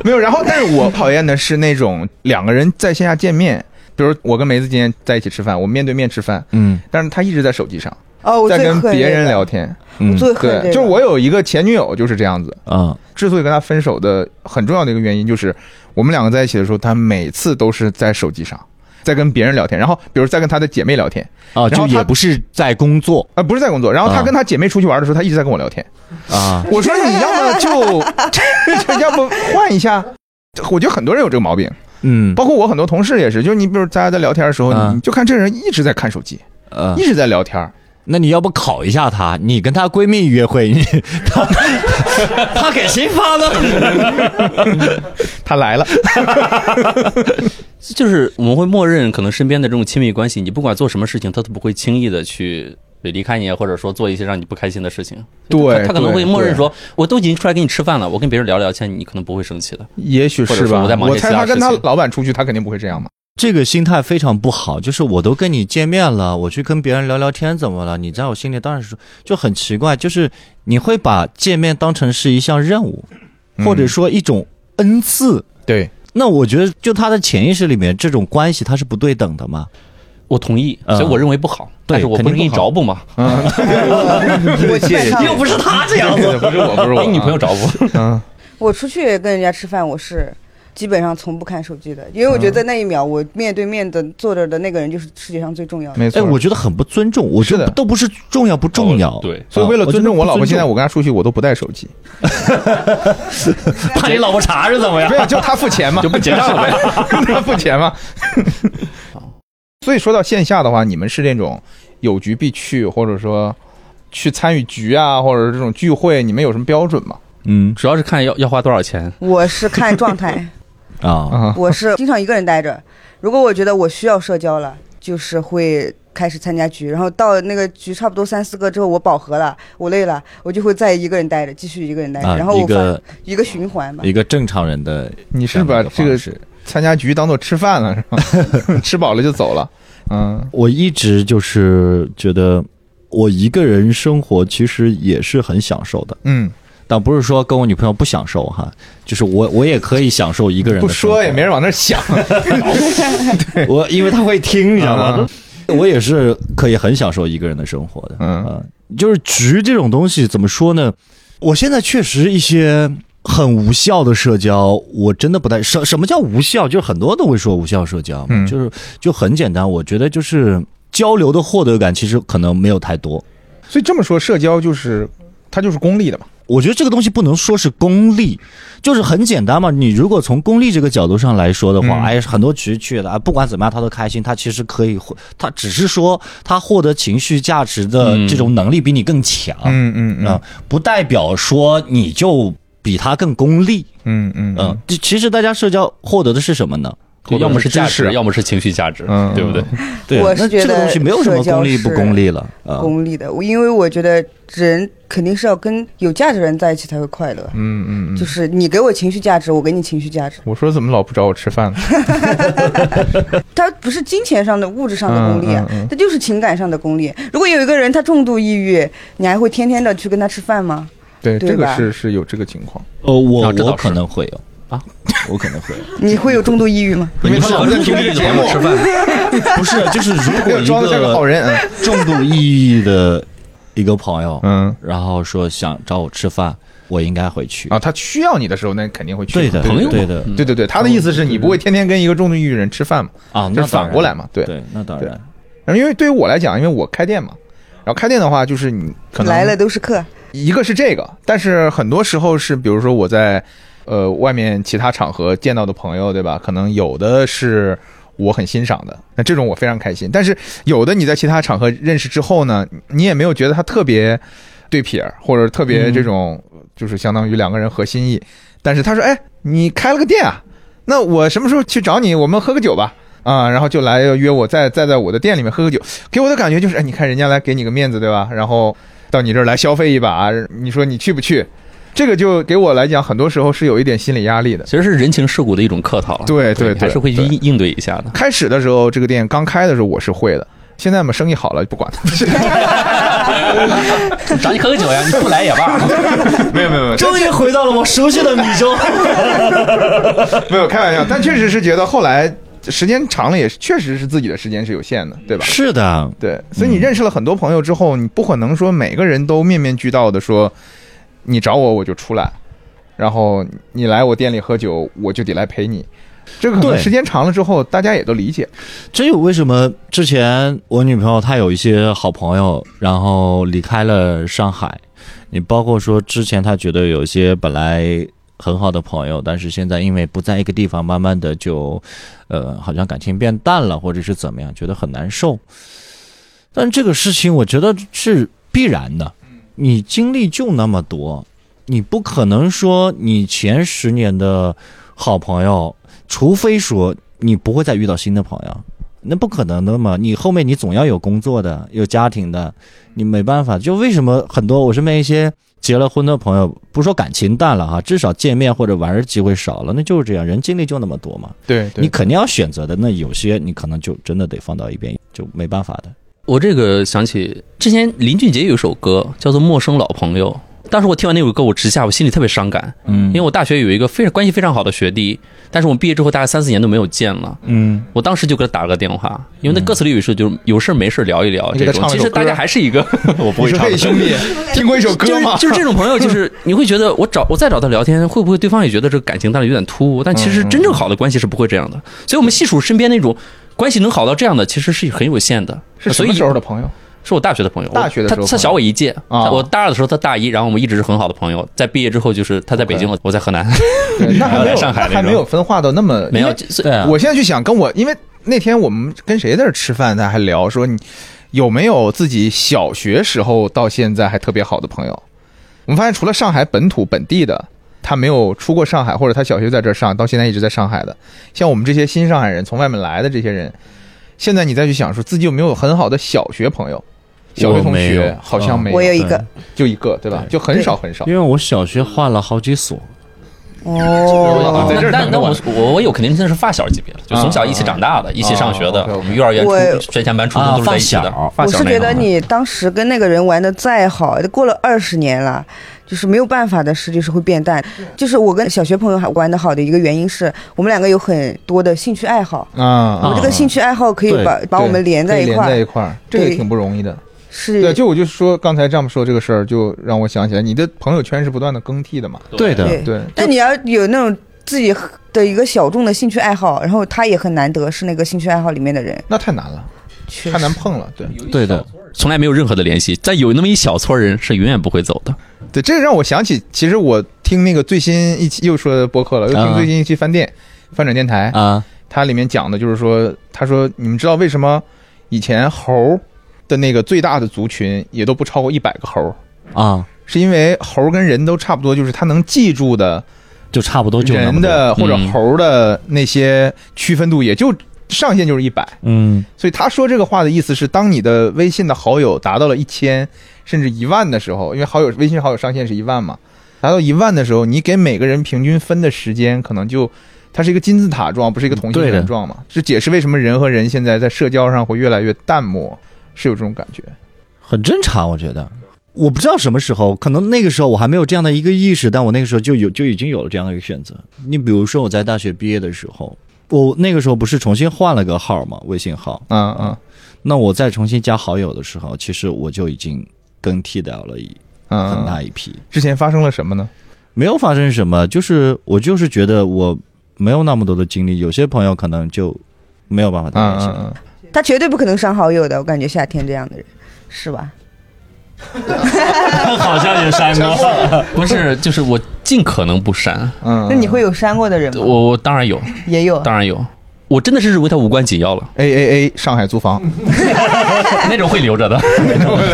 S2: 没有。然后，但是我讨厌的是那种两个人在线下见面，比如我跟梅子今天在一起吃饭，我们面对面吃饭，
S1: 嗯。
S2: 但是他一直在手机上，
S4: 哦，我
S2: 在
S4: 最
S2: 跟
S4: 恨
S2: 别
S4: 这
S2: 人
S4: 个
S2: 聊天。
S1: 嗯
S4: 我最恨这
S2: 对，
S4: 个，
S2: 就是我有一个前女友就是这样子。
S1: 啊，
S2: 之所以跟她分手的很重要的一个原因，就是我们两个在一起的时候，她每次都是在手机上，在跟别人聊天，然后比如在跟她的姐妹聊天，
S1: 啊，
S2: 然
S1: 就
S2: 后
S1: 也
S2: 他
S1: 不是在工作
S2: 呃，不是在工作。然后她
S1: 啊
S2: 跟她姐妹出去玩的时候，她一直在跟我聊天。
S1: 啊，
S2: 我说你要么就， 就要不换一下。我觉得很多人有这个毛病，
S1: 嗯，
S2: 包括我很多同事也是。就是你比如大家在聊天的时候，
S1: 嗯
S2: 你就看这人一直在看手机，
S1: 呃
S2: 一，直在聊天儿。
S1: 那你要不考一下他，你跟他闺蜜约会，你 他他给谁发的？
S2: 他来了，
S3: 就是我们会默认可能身边的这种亲密关系，你不管做什么事情，他都不会轻易的去离开你，或者说做一些让你不开心的事情。
S2: 对
S3: 他他可能
S2: 对
S3: 会默认
S2: 对
S3: 说，我都已经出来跟你吃饭了，我跟别人聊聊天，你可能不会生气的。
S2: 也许
S3: 或者
S2: 是
S3: 说
S2: 吧
S3: 我在？忙
S2: 我
S3: 这
S2: 猜
S3: 其他
S2: 他跟
S3: 事
S2: 他
S3: 情
S2: 老板出去，他肯定不会这样嘛。
S1: 这个心态非常不好，就是我都跟你见面了，我去跟别人聊聊天，怎么了？你在我心里当然是就很奇怪，就是你会把见面当成是一项任务，或者
S2: 嗯
S1: 说一种恩赐。
S2: 对，
S1: 那我觉得，就他的潜意识里面，这种关系它是不对等的嘛。
S3: 我同意，
S1: 嗯
S3: 所以我认为不好，但是我
S1: 肯
S3: 不
S1: 定
S3: 能给你
S1: 不好
S3: 找补嘛。
S4: 我基本上
S1: 不是他这 样
S2: 不是我，不是我，
S3: 给女朋友找补，
S2: 嗯，
S4: 我出去跟人家吃饭，我是基本上从不看手机的，因为我觉得那一秒我面对面的坐着的那个人就是世界上最重要的。
S2: 没错。
S1: 哎，我觉得很不尊重，我觉
S2: 是
S1: 得
S2: 的哦
S1: 都不是重要不重要，哦
S3: 对
S2: 所以为了尊重我老婆，现在
S1: 啊我
S2: 我跟她出去我都不带手机，
S1: 觉 得不尊重怕你老婆查是怎么样？
S2: 对， 就她付钱嘛，
S3: 就不结账了呗。
S2: 她付钱嘛。所以说到线下的话，你们是那种有局必去，或者说去参与局啊，或者这种聚会，你们有什么标准吗？
S1: 嗯
S3: 主要是看要要花多少钱。
S4: 我是看状态，
S1: 啊，
S2: 啊，
S4: 我是经常一个人待着。如果我觉得我需要社交了，就是会开始参加局，然后到那个局差不多三四个之后，我饱和了，我累了，我就会再一个人待着，继续一个人待着，
S1: 啊
S4: 哎然后我
S1: 一个
S4: 发一个循环吧
S1: 一。个正常人的
S2: 你
S1: 这
S2: 是
S1: 样的
S2: 把
S1: 一
S2: 这
S1: 方
S2: 个
S1: 式
S2: 参加局当做吃饭了是吧？ 吃饱了就走了，嗯，
S1: 我一直就是觉得，我一个人生活其实也是很享受的，
S2: 嗯，
S1: 但不是说跟我女朋友不享受哈，就是我我也可以享受一个人的
S2: 不说也没
S1: 人，
S2: 人往那儿想，
S1: 我因为她会听，你知道吗
S2: 啊？
S1: 我也是可以很享受一个人的生活的，
S2: 嗯
S1: 啊就是局这种东西怎么说呢？我现在确实一些很无效的社交，我真的不太什什么叫无效，就是很多都会说无效社交嘛，
S2: 嗯
S1: 就是就很简单，我觉得就是交流的获得感其实可能没有太多，
S2: 所以这么说，社交就是它就是功利的嘛，
S1: 我觉得这个东西不能说是功利，就是很简单嘛。你如果从功利这个角度上来说的话，
S2: 嗯
S1: 哎，很多局去的，啊不管怎么样他都开心，他其实可以获，他只是说他获得情绪价值的
S3: 嗯
S1: 这种能力比你更强啊、
S2: 嗯嗯嗯
S1: 不代表说你就比他更功利。
S2: 嗯嗯
S1: 嗯，这其实大家社交获得的是什么呢？
S3: 就要么是价
S2: 知
S3: 值，
S2: 识
S3: 要么是情绪价值，
S2: 嗯
S3: 对不对？
S1: 对，啊
S4: 我
S1: 那
S4: 是觉
S1: 这个东
S4: 得
S1: 西没有什么
S4: 社交
S1: 功利不
S4: 是
S1: 功利了啊。
S4: 功利的，我因为我觉得人肯定是要跟有价值的人在一起才会快乐。
S2: 嗯嗯
S4: 就
S2: 嗯。
S4: 是你给我情绪价值，我给你情绪价值。
S2: 我说怎么老不找我吃饭呢？
S4: 它不是金钱上的、物质上的功利啊，
S2: 嗯嗯嗯
S4: 它就是情感上的功利。如果有一个人他重度抑郁，你还会天天的去跟他吃饭吗？
S2: 对，
S4: 对
S2: 这个
S4: 吧
S2: 是是有这个情况，
S1: 呃，我
S3: 啊这倒
S1: 我可
S3: 是
S1: 能会有
S3: 啊，
S1: 我可能会有。 啊
S4: 你会有重度抑郁吗？
S2: 因为他老在听这个节目
S3: 吃饭，
S1: 不是，啊就是如果一
S2: 装的像个好人。
S1: 重度抑郁的一个朋友，
S2: 嗯
S1: 然后说想找我吃饭，我应该会去。
S2: 啊，他需要你的时候，那肯定会去。
S1: 对的，
S2: 对
S3: 朋友嘛
S1: 对的
S3: 嗯
S2: 对对对，他的意思是你不会天天跟一个重度抑郁人吃饭嘛，
S1: 啊，
S2: 就
S1: 那
S2: 是反过来嘛。对
S1: 当，然，对，那当然。
S2: 然后因为对于我来讲，因为我开店嘛，然后开店的话就是你可能
S4: 来了都是客，
S2: 一个是这个，但是很多时候是，比如说我在呃外面其他场合见到的朋友，对吧？可能有的是我很欣赏的，那这种我非常开心。但是有的你在其他场合认识之后呢，你也没有觉得他特别对撇儿，或者特别这种、就是相当于两个人合心意。但是他说：“哎，你开了个店啊，那我什么时候去找你？我们喝个酒吧。”啊、然后就来约我再再在我的店里面喝个酒，给我的感觉就是，哎，你看人家来给你个面子，对吧？然后到你这儿来消费一把，你说你去不去？这个就给我来讲，很多时候是有一点心理压力的。
S3: 其实是人情世故的一种客套了。
S2: 对对
S3: 你还
S2: 对
S3: 是会去
S2: 对
S3: 应应对一下 的。
S2: 开始的时候，这个店刚开的时候我是会的，现在嘛生意好了不管它，
S3: 找你喝个酒呀，你不来也罢。
S2: 没有没有没有
S1: 终于回到了我熟悉的米粥。
S2: 没有开玩笑，但确实是觉得后来时间长了也是确实是自己的时间是有限的，对吧？
S1: 是的，
S2: 对，所以你认识了很多朋友之后，你不可能说每个人都面面俱到的说，你找我我就出来，然后你来我店里喝酒我就得来陪你。这个可能
S1: 对
S2: 时间长了之后，大家也都理解。
S1: 这有为什么之前我女朋友她有一些好朋友，然后离开了上海。你包括说之前她觉得有些本来很好的朋友，但是现在因为不在一个地方，慢慢的就，呃，好像感情变淡了，或者是怎么样，觉得很难受。但这个事情我觉得是必然的，你经历就那么多，你不可能说你前十年的好朋友，除非说你不会再遇到新的朋友。那不可能的嘛！你后面你总要有工作的，有家庭的，你没办法。就为什么很多我身边一些结了婚的朋友，不说感情淡了哈，至少见面或者玩儿的机会少了，那就是这样，人精力就那么多嘛。
S2: 对，
S1: 你肯定要选择的，那有些你可能就真的得放到一边，就没办法的。
S3: 我这个想起之前林俊杰有一首歌叫做《陌生老朋友》，当时我听完那首歌，我直下我心里特别伤感，
S1: 嗯
S3: 因为我大学有一个非常关系非常好的学弟，但是我们毕业之后大概三四年都没有见了。
S1: 嗯，
S3: 我当时就给他打了个电话，因为那歌词里有一首就是有事儿没事儿聊一聊
S2: 你给他
S3: 这种，
S2: 唱了
S3: 其
S2: 首
S3: 实大
S2: 歌
S3: 家还是 一个 我不
S2: 你说
S3: 会唱
S2: 嘿
S3: 的。
S2: 兄弟，听过一首
S3: 就
S2: 歌
S3: 是
S2: 吗？
S3: 就是这种朋友，就是你会觉得我找我再找他聊天，会不会对方也觉得这个感情当然有点突兀？但
S2: 嗯
S3: 其实真正好的关系是不会这样的。所以，我们细数身边那种关系能好到这样的，其实是很有限的。
S2: 是 什
S3: 所
S2: 么
S3: 以
S2: 时候的朋友？
S3: 是我大学的朋友，
S2: 大学的时候
S3: 他他小我一届，
S2: 啊
S3: 他我大二的时候他大一，然后我们一直是很好的朋友。在毕业之后，就是他在北京，我我在河南，
S2: 对那还没有，
S3: 来上
S2: 那
S3: 海那
S2: 还
S3: 种
S2: 没有分化到那么
S3: 没
S2: 因
S3: 有
S2: 为
S3: 就所以
S1: 对啊，
S2: 我现在就想跟我，因为那天我们跟谁在这儿吃饭，他还聊说你有没有自己小学时候到现在还特别好的朋友？我们发现除了上海本土本地的，他没有出过上海，或者他小学在这儿上，到现在一直在上海的，像我们这些新上海人从外面来的这些人，现在你再去想说自己有没有很好的小学朋友？小学同
S1: 我没有啊
S2: 学好像没有，
S4: 我有一个
S1: 对
S2: 就一个，对吧？
S1: 对
S2: 就很少很少
S1: 因。为我小学换了好几所，
S2: 我啊在
S4: 哦
S2: 这，儿
S3: 但
S2: 等着
S3: 但
S2: 我
S3: 我我我有肯定真的是发小级别了，就从小一起长大的，一起上学的，
S2: 啊 OK，OK
S3: 我们幼儿园、
S4: 我
S3: 初专前班、初中
S1: 啊
S3: 都是在一起的
S1: 发小。
S3: 发
S4: 我
S3: 小
S4: 是
S3: 那
S4: 觉
S3: 种
S4: 得你当时跟那个人玩的再好，过了二十年了，就是没有办法的事，就是会变淡。就是我跟小学朋友还玩的好的一个原因是我们两个有很多的兴趣爱好，
S2: 啊，
S4: 我们这个兴趣爱好可以
S1: 对
S4: 把把我们
S2: 对
S4: 连在
S2: 可以
S4: 一
S2: 连
S4: 块
S2: 在一
S4: 儿，
S2: 块儿，这个也
S4: 对
S2: 挺不容易的。对，
S4: 是
S2: 就我就说刚才这么说这个事儿，就让我想起来，你的朋友圈是不断的更替的嘛。
S1: 对的，
S4: 对。
S2: 对，
S4: 但你要有那种自己的一个小众的兴趣爱好，然后他也很难得是那个兴趣爱好里面的人，
S2: 那太难了，
S4: 确
S2: 太
S4: 实
S2: 难碰了。对
S1: 对的，
S3: 从来没有任何的联系，但有那么一小撮人是永远不会走的。
S2: 对，这个让我想起，其实我听那个最新一期又说播客了，又听
S1: 啊
S2: 最新一期翻店翻转电台，
S1: 啊，
S2: 它里面讲的就是说，他说你们知道为什么以前猴儿的那个最大的族群也都不超过一百个猴儿，
S1: 啊，
S2: 是因为猴儿跟人都差不多，就是它能记住的
S1: 就差不多就那么
S2: 人
S1: 多，
S2: 的或者
S3: 嗯
S2: 猴儿的那些区分度也就上限就是一百。
S1: 嗯，
S2: 所以他说这个话的意思是，当你的微信的好友达到了一千甚至一万的时候，因为好友微信好友上限是一万嘛，达到一万的时候，你给每个人平均分的时间可能就。它是一个金字塔状，不是一个同心
S1: 对的
S2: 圆状嘛？这解释为什么人和人现在在社交上会越来越淡漠，是有这种感觉。
S1: 很正常，我觉得。我不知道什么时候，可能那个时候我还没有这样的一个意识，但我那个时候就有就已经有了这样的一个选择。你比如说我在大学毕业的时候，我那个时候不是重新换了个号嘛，微信号。
S2: 嗯嗯
S1: 那我再重新加好友的时候，其实我就已经更替掉了一
S2: 嗯，
S1: 很
S2: 嗯
S1: 大一批，
S2: 之前发生了什么呢？
S1: 没有发生什么，就是我就是觉得我没有那么多的精力，有些朋友可能就没有办法再
S2: 嗯
S1: 联系
S2: 嗯
S1: 了。
S2: 嗯，
S4: 他绝对不可能删好友的，我感觉夏天这样的人，是吧？
S1: 好像也删 过，
S3: 不是，就是我尽可能不删。
S2: 嗯，
S4: 那你会有删过的人吗？
S3: 我我当然有，
S4: 也有，
S3: 当然有，我真的是认为他无关紧 要了，
S2: A A A 上海租房
S4: 嗯
S3: 那种会 留着的，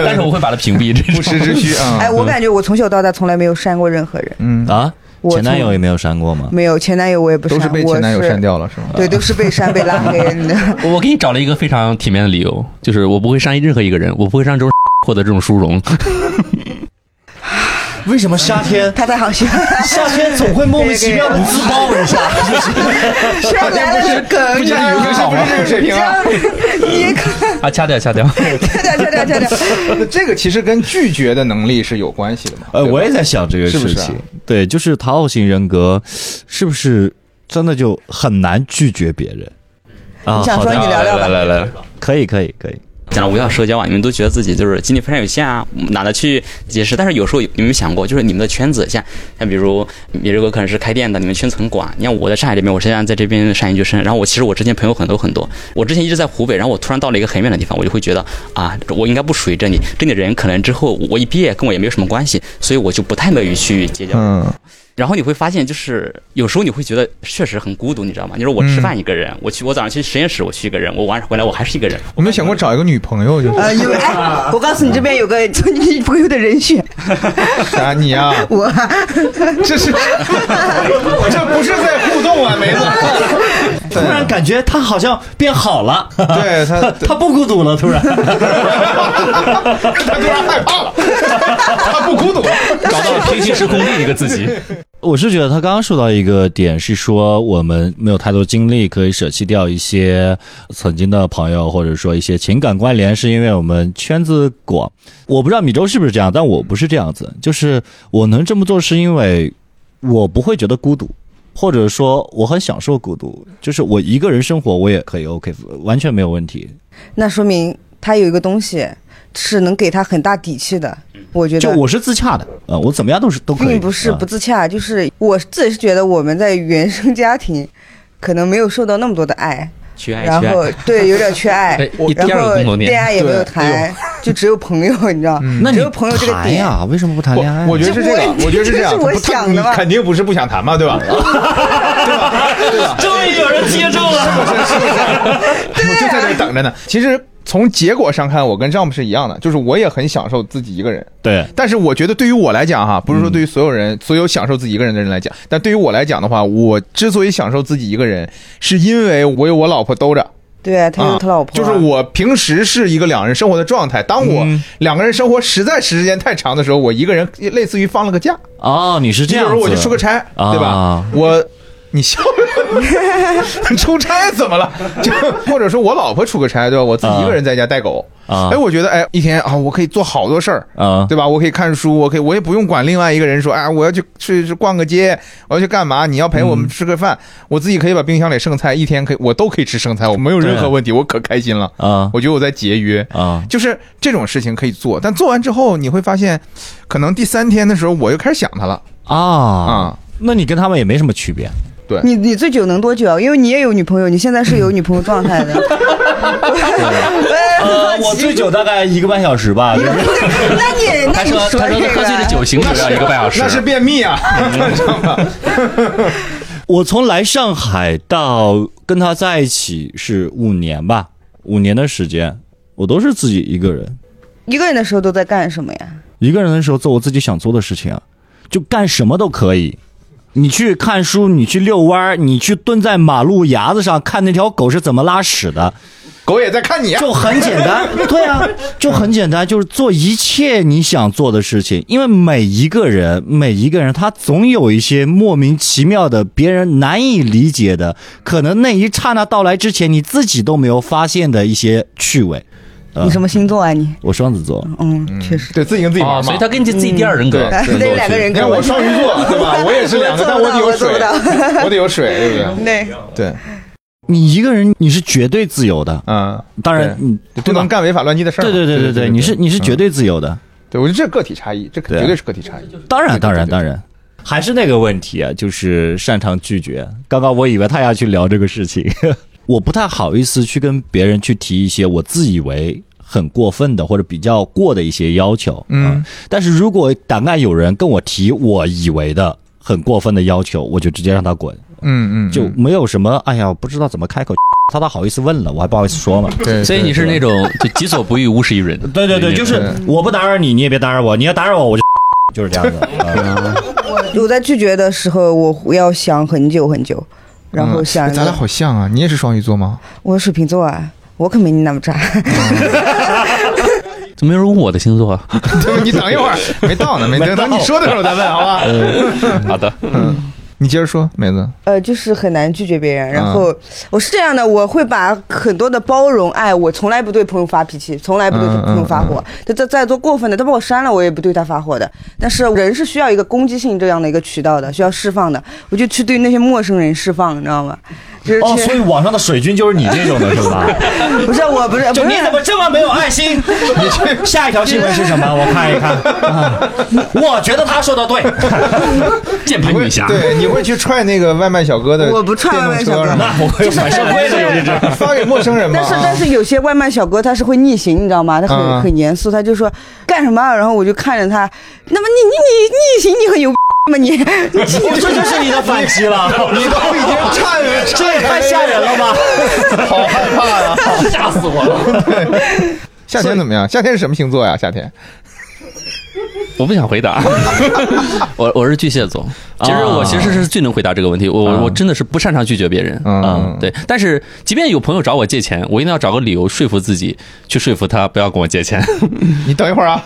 S3: 但是我会把它屏蔽。这
S2: 不
S3: 种
S2: 时之需啊，
S4: 哎，我感觉我从小到大从来没有删过任何人，
S2: 嗯，
S1: 啊，
S4: 我
S1: 前男友
S4: 从
S1: 也没有删过吗？
S4: 没有前男友我也不删，
S2: 都是被前男友
S4: 我是
S2: 删掉了是吗？
S4: 对，都是被删被拉黑的。
S3: 我我给你找了一个非常体面的理由，就是我不会伤任何一个人，我不会让这种获得这种殊荣。
S1: 为什么夏 天
S4: 他太好笑，
S1: 夏天总会莫
S4: 名其妙地
S1: 自爆一下？
S4: 居然来了是梗，你知道吗？
S2: 不是这个水平啊！
S4: 你看，
S3: 啊，掐掉掐 掉，
S4: 跳跳跳跳跳跳，
S2: 那这个其实跟拒绝的能力是有关系的嘛？
S1: 呃，
S2: 对吧
S1: 我也在想这个
S2: 是
S1: 事
S2: 不
S1: 情。
S2: 是啊
S1: 对，就是讨好型人格，是不是真的就很难拒绝别人？啊
S4: 你想
S1: 好
S4: 说
S1: 的
S4: 你聊聊
S5: 来
S4: 吧。
S5: 来来来，
S1: 可以可以可以，
S5: 讲到无效社交啊，你们都觉得自己就是精力非常有限啊，懒得去解释。但是有时候有没有想过，就是你们的圈子，像像比如米如哥可能是开店的，你们圈子很广。你看我在上海这边，我实际上在这边上研究生，然后我其实我之前朋友很多很多。我之前一直在湖北，然后我突然到了一个很远的地方，我就会觉得啊，我应该不属于这里，这里的人可能之后我一毕业跟我也没有什么关系，所以我就不太乐于去结交。
S2: 嗯，
S5: 然后你会发现，就是有时候你会觉得确实很孤独，你知道吗？你说我吃饭一个人，我去我早上去实验室，我去一个人，我晚上回来我还是一个人。
S2: 我没有想过找一个女朋友，就是
S4: 呃，因为哎，我告诉你，这边有个 你朋友的人选，
S2: 啥你啊，
S4: 我
S2: 这是这不是在互动啊，梅子，
S1: 突然感觉他好像变好 了，
S2: 对他
S1: 他不孤独了，突然。
S2: 他突然害怕了，他不孤独，
S3: 搞到了平行时空另一个自己。
S1: 我是觉得他刚刚说到一个点，是说我们没有太多精力可以舍弃掉一些曾经的朋友，或者说一些情感关联，是因为我们圈子广。我不知道米粥是不是这样，但我不是这样子，就是我能这么做是因为我不会觉得孤独。或者说我很享受孤独，就是我一个人生活我也可以 OK，完全没有问题。
S4: 那说明他有一个东西是能给他很大底气的，我觉得。
S1: 就我是自洽的，呃，我怎么样都是都可以。
S4: 并不是
S1: 啊
S4: 不自洽，就是我自己是觉得我们在原生家庭可能没有受到那么多的爱，
S5: 去爱
S4: 然
S5: 去爱。
S4: 后对有点缺爱
S3: 哎，一
S4: 然
S3: 第二个
S4: 后
S3: 共同点
S4: 恋爱也没有
S2: 对
S4: 谈，就只有朋友， 你知道，
S1: 那
S4: 只
S1: 你
S4: 有朋友这个
S1: 谈
S4: 点。
S1: 哎呀？为什么不谈恋爱呢？
S2: 我我觉得是这个，
S4: 这
S2: 我觉得是这样，
S4: 这是我
S2: 不他
S4: 想的吧
S2: 你肯定不是不想谈嘛，对吧？
S3: 终于有人接受 了，
S2: 我就在这儿等着呢。其实从结果上看，我跟丈姆是一样的，就是我也很享受自己一个人。
S1: 对，
S2: 但是我觉得对于我来讲
S1: 嗯
S2: 哈，不是说对于所有人、所有享受自己一个人的人来讲，但对于我来讲的话，我之所以享受自己一个人，是因为我有我老婆兜着。
S4: 对啊，他
S2: 嗯
S4: 有他老婆，
S2: 就是我平时是一个两人生活的状态，当我
S1: 嗯
S2: 两个人生活实在时间太长的时候，我一个人呃类似于放了个假，
S1: 哦，你是这
S2: 比
S1: 样
S2: 如
S1: 子，
S2: 说我就出个差，
S1: 啊
S2: 对吧？我。你笑 了，出差怎么了？就或者说我老婆出个差，对吧？我自己一个人在家带狗，
S1: 啊
S2: 哎，我觉得哎，一天啊，我可以做好多事儿，
S1: 啊，
S2: 对吧？我可以看书，我可以，我也不用管另外一个人说，哎，我要去去去逛个街，我要去干嘛？你要陪我
S1: 嗯
S2: 们吃个饭，我自己可以把冰箱里剩菜一天可以，我都可以吃剩菜，我没有任何问题，我可开心了。
S1: 啊
S2: 我觉得我在节约，
S1: 啊
S2: 就是这种事情可以做，但做完之后你会发现，可能第三天的时候我又开始想他了
S1: 啊！
S2: 啊、
S1: 那你跟他们也没什么区别，
S4: 你你最久能多久？因为你也有女朋友，你现在是有女朋友状态的。
S1: 呃，我最久大概一个半小时吧，就是
S4: 那你那
S3: 他
S4: 你
S3: 说他说
S4: 这
S3: 他喝醉的
S4: 个，
S3: 酒醒酒要一个半小时，
S2: 那是便秘啊，
S1: 我从来上海到跟他在一起是五年吧，五年的时间，我都是自己一个人，
S4: 一个人的时候都在干什么呀？
S1: 一个人的时候做我自己想做的事情啊，就干什么都可以。你去看书，你去遛弯儿，你去蹲在马路牙子上看那条狗是怎么拉屎的，
S2: 狗也在看你啊。
S1: 就很简单，对 啊，就很简单，就是做一切你想做的事情，因为每一个人，每一个人他总有一些莫名其妙的、别人难以理解的，可能那一刹那到来之前你自己都没有发现的一些趣味。啊
S3: 嗯
S4: 你什么星座啊？你
S1: 我双子座，
S4: 嗯，确实。
S2: 对自己跟自己玩
S1: 啊
S3: 哦，
S2: 嘛，
S3: 所以他跟自己第二人格
S2: 嗯，对
S4: 对两个人
S2: 你
S4: 格
S2: 看我双鱼座 对吧？我也是两个，但我得有水
S4: 我做不到我 做，
S2: 我得有 水，对不对？
S4: 对，
S2: 对，
S1: 你一个人你是绝对自由的，
S2: 嗯，
S1: 当然
S2: 对
S1: 你
S2: 不能。干违法乱纪的事儿嘛。
S1: 对对对对对，嗯你是你是绝对自由的。
S2: 嗯对，我觉得这个体差异，这
S1: 对啊
S2: 绝对是个体差异。
S1: 当然，
S2: 对对
S1: 当然，
S2: 对
S1: 当然，还是那个问题啊，就是擅长拒绝。刚刚我以为他要去聊这个事情， 我不太好意思去跟别人去提一些我自以为很过分的或者比较过的一些要求。
S2: 嗯
S1: 啊，但是如果胆敢有人跟我提我以为的很过分的要求，我就直接让他滚，
S2: 嗯嗯，
S1: 就没有什么哎呀，不知道怎么开口， 他倒好意思问了，我还不好意思说嘛。
S2: 对，
S3: 所以你是那种就己所不欲，勿施于人。
S1: 对对对，就是我不打扰你，你也别打扰我，你要打扰 我，我就就是这样子。 啊
S4: 我在拒绝的时候，我要想很久很久，然后想
S2: 嗯
S4: 一个、
S2: 咱俩好像啊，你也是双鱼座 吗？
S4: 我是水瓶座啊，我可没你那么渣。
S3: 怎么没有人问我的星 座啊？
S2: 对吧？你等一会儿，没到嗯呢，没等等你说的时候再问，好 吧？
S3: 好的，
S2: 你接着说，梅子。
S4: 呃，就是很难拒绝别人。然
S2: 嗯
S4: 后、我是这样的，我会把很多的包容爱，我从来不对朋友发脾气，从来不对
S2: 嗯嗯
S4: 朋友发火。他再再多过分的，他把我删了，我也不对他发火的。但是人是需要一个攻击性这样的一个渠道的，需要释放的。我就去对那些陌生人释放，你知道吗？就是
S1: 哦，
S4: 去
S1: 所以网上的水军就是你这种 的是吧？
S4: 不是我不是
S1: 就
S4: 不
S1: 你
S4: 是
S1: 怎么这么没有爱心？ 你去下一条新闻是什么？我看一看。啊我觉得他说的对。
S5: 键盘女侠，
S2: 对，你会去踹那个外卖小哥的
S4: 我不踹
S2: 电动
S4: 外卖
S2: 车
S4: 小哥
S2: 是吗
S1: 那我会反社会的，有这 只。
S2: 发给陌生人嘛。
S4: 但是
S2: 啊
S4: 但是有些外卖小哥他是会逆行，你知道吗？他
S2: 嗯
S4: 很很严肃，他就说干什么啊？然后我就看着他，那么你你你逆行你很牛逼吗？你 你
S1: 这就是你的反击了。
S2: 你都已经颤 了，
S1: 这也太吓人了吧！
S2: 好害 怕呀！
S3: 吓死我了！
S2: 夏天怎么样？夏天是什么星座呀？夏天
S3: 我不想回 答。我我是巨蟹座，
S2: 啊
S3: 其实我其实是最能回答这个问题。我我我真的是不擅长拒绝别人。啊
S2: 嗯
S3: 对，但是即便有朋友找我借钱，我一定要找个理由说服自己，去说服他不要跟我借钱。
S2: 你等一会儿 啊，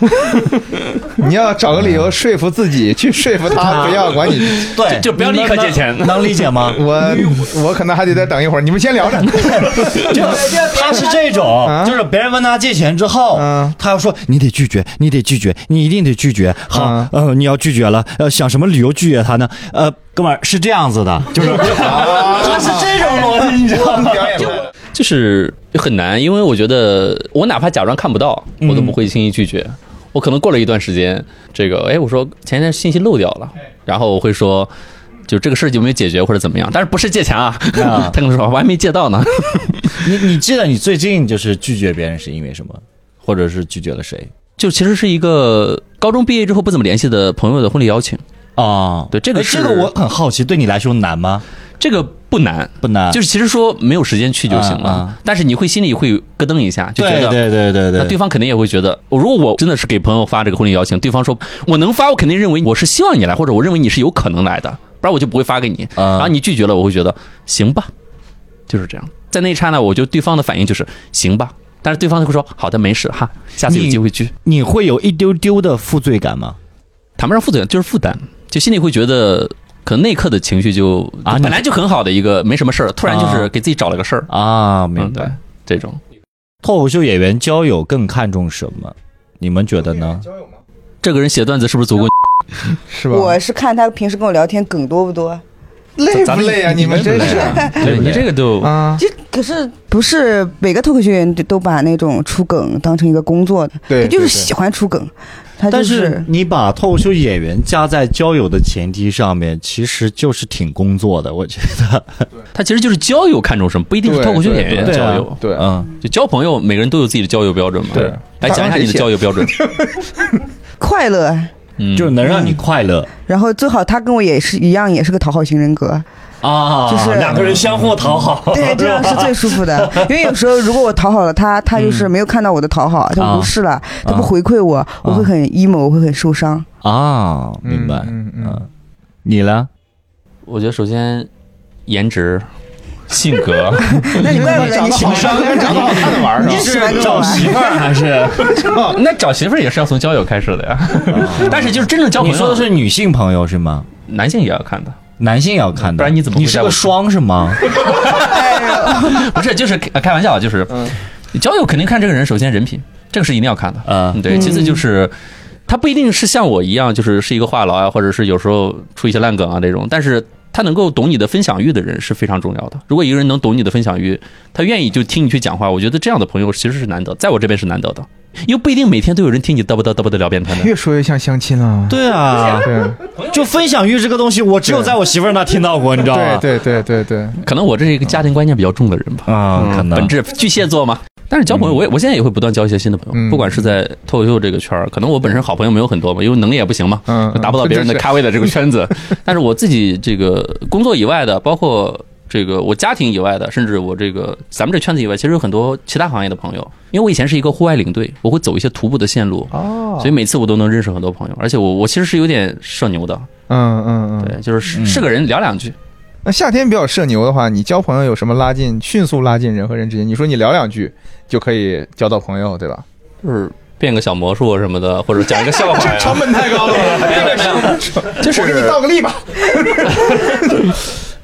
S2: 你要找个理由说服自己，去说服
S4: 嗯
S2: 他不要管你。
S1: 对，
S3: 就就不要立刻借钱
S1: 能能能理解吗？
S2: 我我可能还得再等一会儿，你们先 聊着。
S1: 就 他是这种，就是别人问他借钱之后
S2: 嗯，
S1: 他要说你得拒绝，你得拒绝，你一定得拒绝。好
S2: 嗯，
S1: 呃，你要拒绝了，呃，想什么理由拒绝他呢？呃，哥们儿是这样子的，就是 他是这种逻辑，你知道吗？
S2: 表演吧
S3: 就是很难，因为我觉得我哪怕假装看不到，我都不会轻易拒绝。我可能过了一段时间，这个哎，我说前一天信息漏掉了，然后我会说。就这个事儿有没有解决或者怎么样？但是不是借钱啊？
S1: 啊
S3: 他跟我说我还没借到呢。
S1: 你你记得你最近就是拒绝别人是因为什么，或者是拒绝了谁
S3: 就其实是一个高中毕业之后不怎么联系的朋友的婚礼邀请，
S1: 啊？
S3: 对这个
S1: 哎
S3: 是
S1: 这个我很好奇，对你来说难吗？
S3: 这个不难，
S1: 不难，
S3: 就是是其实说没有时间去就行
S1: 啊
S3: 了
S1: 啊，
S3: 但是你会心里会咯噔一下，就
S1: 对
S3: 觉得。
S1: 对对对
S3: 那
S1: 对，
S3: 对方肯定也会觉得，我如果我真的是给朋友发这个婚礼邀请，对方说我能发，我肯定认为我是希望你来，或者我认为你是有可能来的，不然我就不会发给你。
S1: 啊
S3: 然后你拒绝了，我会觉得行吧，就是这样。在那一刹那，我就对方的反应就是行吧，但是对方就会说好的，没事哈，下次有
S1: 你
S3: 机 会去。
S1: 你会有一丢丢的负罪感吗？
S3: 谈不上负责任，就是负担，就心里会觉得，可能那一刻的情绪就
S1: 啊你
S3: 本来就很好的一个没什么事儿，突然就是给自己找了个事儿，
S1: 啊，明
S3: 嗯，
S1: 白。
S3: 对，这种
S1: 脱口秀演员交友更看重什么？你们觉得呢？
S3: 这个人写段子是不是足够？
S2: 是吧？
S4: 我是看他平时跟我聊天梗多不多，
S2: 累不累啊？你们真是
S1: 对你这
S3: 个都
S2: 啊！
S4: 就 可是不是每个脱口秀演员都都把那种出梗当成一个工作的，
S2: 对
S4: 他就
S2: 对对
S4: 是喜欢出梗，他就
S1: 但是你把脱口秀演员加在交友的前提上面，其实就是挺工作的，我觉得。
S3: 他其实就是交友看重什么，不一定是
S2: 对
S3: 脱口秀演员
S1: 对对啊
S3: 交友，
S2: 对
S1: 嗯，
S3: 就交朋友，每个人都有自己的交友标准嘛。
S2: 对
S3: 来讲一下你的交友标准，
S4: 快乐，
S3: 嗯，
S1: 就是能让你快乐
S4: 然后最好他跟我也是一样，也是个讨好型人格，
S1: 啊
S4: 就是
S1: 两个人相互讨好，
S2: 哦
S4: 对，这样
S2: 啊
S4: 是最舒服的。因为有时候如果我讨好了他，他
S2: 嗯
S4: 就是没有看到我的讨好，
S2: 啊
S4: 他无视了，他不回馈我，我会很 emo，我会很 受伤。
S1: 啊，
S2: 嗯
S1: 明白。
S2: 嗯嗯
S1: 嗯，你呢？
S3: 我觉得首先颜值、性 格，
S4: 那你怪不得
S2: 长
S4: 你
S2: 得
S4: 喜
S2: 好
S4: 欢
S2: 看，跟长得好看的玩儿
S4: 你
S2: 是吧？
S4: 喜欢跟我玩。
S1: 妇儿还是？
S3: 哦那找媳妇儿也是要从交友开始的呀。 但是就是真正交朋
S1: 你
S3: 友，
S1: 说的是女性朋友是吗？
S3: 男性也要看的，
S1: 男性也要看的，
S3: 不然你怎么会
S1: 你是
S3: 在
S1: 个
S3: 我
S1: 双是吗？
S3: 不是，就是开开玩笑啊，就是交友肯定看这个人，首先人品，这个是一定要看的。
S1: 呃
S3: 嗯，对，其次就是。他不一定是像我一样，就是是一个话痨啊，或者是有时候出一些烂梗啊这种，但是他能够懂你的分享欲的人是非常重要的。如果一个人能懂你的分享欲，他愿意就听你去讲话，我觉得这样的朋友其实是难得，在我这边是难得的，因为不一定每天都有人听你嘚啵嘚嘚啵的聊遍天 的。
S2: 越说越像相亲了。
S1: 对啊，
S2: 嗯对
S1: 就分享欲这个东西，我只有在我媳妇儿那听到过，你知道吗？
S2: 对对对对对，
S3: 可能我这是一个家庭观念比较重的人吧。
S1: 啊，可能
S3: 嗯本质巨蟹座嘛。但是交朋友，我也我现在也会不断交一些新的朋友，
S2: 嗯
S3: 不管是在脱口秀这个圈儿，可能我本身好朋友没有很多嘛，因为能力也不行嘛，
S2: 嗯嗯
S3: 达不到别人的
S2: 这是
S3: 咖位的这个圈子。但是我自己这个工作以外的，包括这个我家庭以外的，甚至我这个咱们这圈子以外，其实有很多其他行业的朋友。因为我以前是一个户外领队，我会走一些徒步的线路，
S2: 哦
S3: 所以每次我都能认识很多朋友。而且我我其实是有点社牛的，
S2: 嗯嗯嗯。
S3: 对，就是是是个人聊两句，
S2: 那夏天比较社牛的话，你交朋友有什么拉近、迅速拉近人和人之间？你说你聊两句就可以交到朋友，对吧？
S3: 就是变个小魔术什么的，或者讲一个笑
S2: 哎
S3: 话呀。
S2: 本太高了，
S3: 就是
S2: 我给你倒个立吧。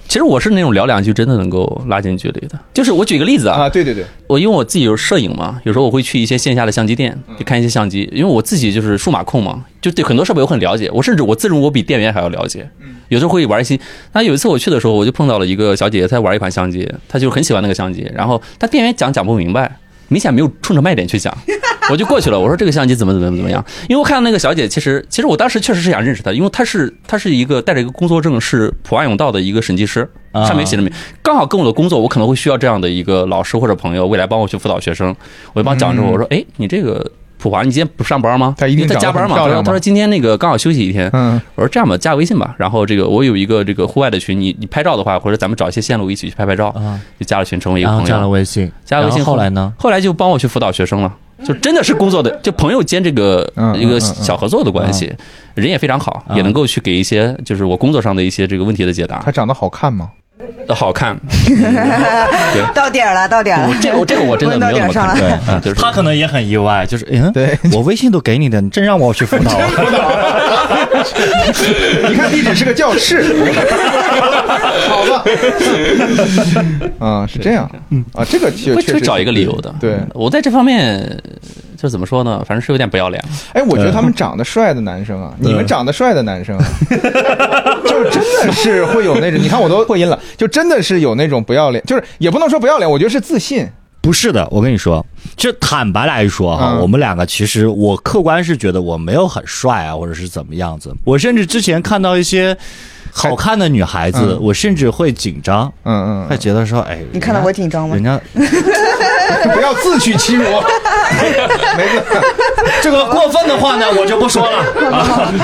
S3: 其实我是那种聊两句真的能够拉近距离的。就是我举个例子啊，
S2: 啊，对对对，
S3: 我因为我自己有摄影嘛，有时候我会去一些线下的相机店去看一些相机，因为我自己就是数码控嘛，就对很多设备我很了解，我甚至我自认我比店员还要了解。有时候会玩一些。那有一次我去的时候，我就碰到了一个小姐姐，她在玩一款相机，她就很喜欢那个相机，然后她店员讲讲不明白，明显没有冲着卖点去讲，我就过去了，我说这个相机怎么怎么怎么样，因为我看到那个小姐，其实其实我当时确实是想认识她，因为她是她是一个带着一个工作证，是普安永道的一个审计师，
S1: 啊
S3: 上面写着名，刚好跟我的工作，我可能会需要这样的一个老师或者朋友，未来帮我去辅导学生，我就帮她讲之后，我说，哎，你这个。普华，你今天不上班吗？
S2: 嗯她一定
S3: 因为她
S2: 长
S3: 加
S2: 得很
S3: 班嘛。
S2: 漂
S3: 她
S2: 亮
S3: 说：“
S2: 吗
S3: 她说今天那个刚好休息一天，
S2: 嗯，
S3: 我说这样吧，加微信吧。然后这个我有一个这个户外的群，你你拍照的话，或者咱们找一些线路一起去拍拍照，
S1: 啊，
S3: 就加了群，成为一个
S1: 然后
S3: 朋
S1: 加了
S3: 友。
S1: 微信，
S3: 加了微信
S1: 然后后来呢？
S3: 后来就帮我去辅导学 生了，就真的是工作的，就朋友间这个
S2: 嗯嗯
S3: 一个
S2: 嗯
S3: 小合作的关系，人也非常好，
S1: 嗯
S3: 也能够去给一些就是我工作上的一些这个问题的解答
S2: 她。长得好看吗？
S3: 好看，
S4: 到点儿了，到点儿
S3: 我
S4: 了，
S3: 这个我这个我真的没有那么看
S1: 对，
S3: 嗯就是
S1: 他可能也很意外，就是嗯，
S2: 对，
S1: 我微信都给你的，你真让我去辅 导啊？
S2: 你看地址是个教室， 好 吧？嗯，是这样啊，这个确
S3: 会
S2: 确实
S3: 会找一个理由
S2: 是
S3: 的。嗯
S2: 对，
S3: 我在这方面就怎么说呢，反正是有点不要脸。
S2: 哎，我觉得他们长得帅的男生啊，你们长得帅的男生 啊，就真的是会有那种，你看我都破音了，就真的是有那种不要脸，就是也不能说不要脸，我觉得是自信。
S1: 不是的，我跟你说，就坦白来说哈，
S2: 嗯
S1: 我们两个其实我客观是觉得我没有很帅啊，或者是怎么样子。我甚至之前看到一些好看的女孩子，
S2: 嗯
S1: 我甚至会紧张，
S2: 嗯
S1: 会
S2: 嗯
S1: 觉得说，哎，
S4: 你看到我紧张吗
S1: 人？家
S2: 嗯，不要自取其 辱。没错，
S1: 这个过分的话呢，我就不说了。啊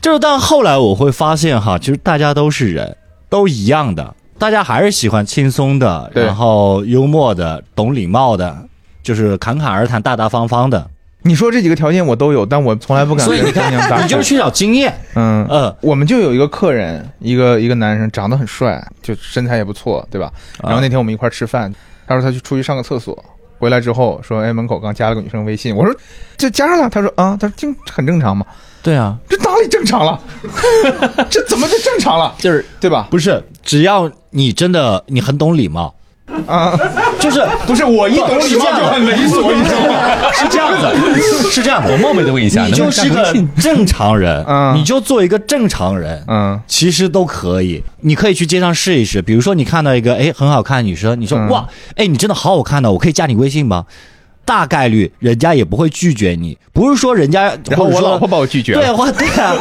S1: 就是，但后来我会发现哈，就是大家都是人，都一样的，大家还是喜欢轻松的，
S2: 对
S1: 然后幽默的，懂礼貌的，就是侃侃而谈、大大方方的。
S2: 你说这几个条件我都有，但我从来不敢
S1: 所以
S2: 跟
S1: 你
S2: 姑
S1: 看
S2: 娘搭，
S1: 你就是
S2: 讪。
S1: 去找经验。
S2: 嗯
S1: 嗯
S2: 我们就有一个客人，一个一个男生，长得很帅，就身材也不错，对吧？然后那天我们一块儿吃饭，他说他去出去上个厕所，回来之后说，哎，门口刚加了个女生微信，我说这加上了，他说啊，他说这很正常嘛，
S1: 对啊，
S2: 这哪里正常了？这怎么就正常了？
S3: 就是
S2: 对吧？
S1: 不是，只要你真的你很懂礼貌，
S2: 啊，
S1: 就是
S2: 不是我一懂礼貌就很猥琐，你知道吗？
S1: 是这样子，是这样子。我冒昧的问一
S3: 下
S1: 你
S3: 能不
S1: 就
S3: 能
S1: 是
S3: 加个
S1: 个正常人，
S2: 嗯
S1: 你就做一个正常人，
S2: 嗯，
S1: 其实都可以，你可以去街上试一试。比如说，你看到一个哎很好看的女生，你说、
S2: 嗯
S1: 哇，哎你真的好好看呢，我可以加你微信吗？大概率人家也不会拒绝你，不是说人家
S2: 然后
S1: 或者
S2: 我
S1: 说
S2: 老婆把嗯我拒绝
S1: 对，
S2: 了。
S1: 或 对啊，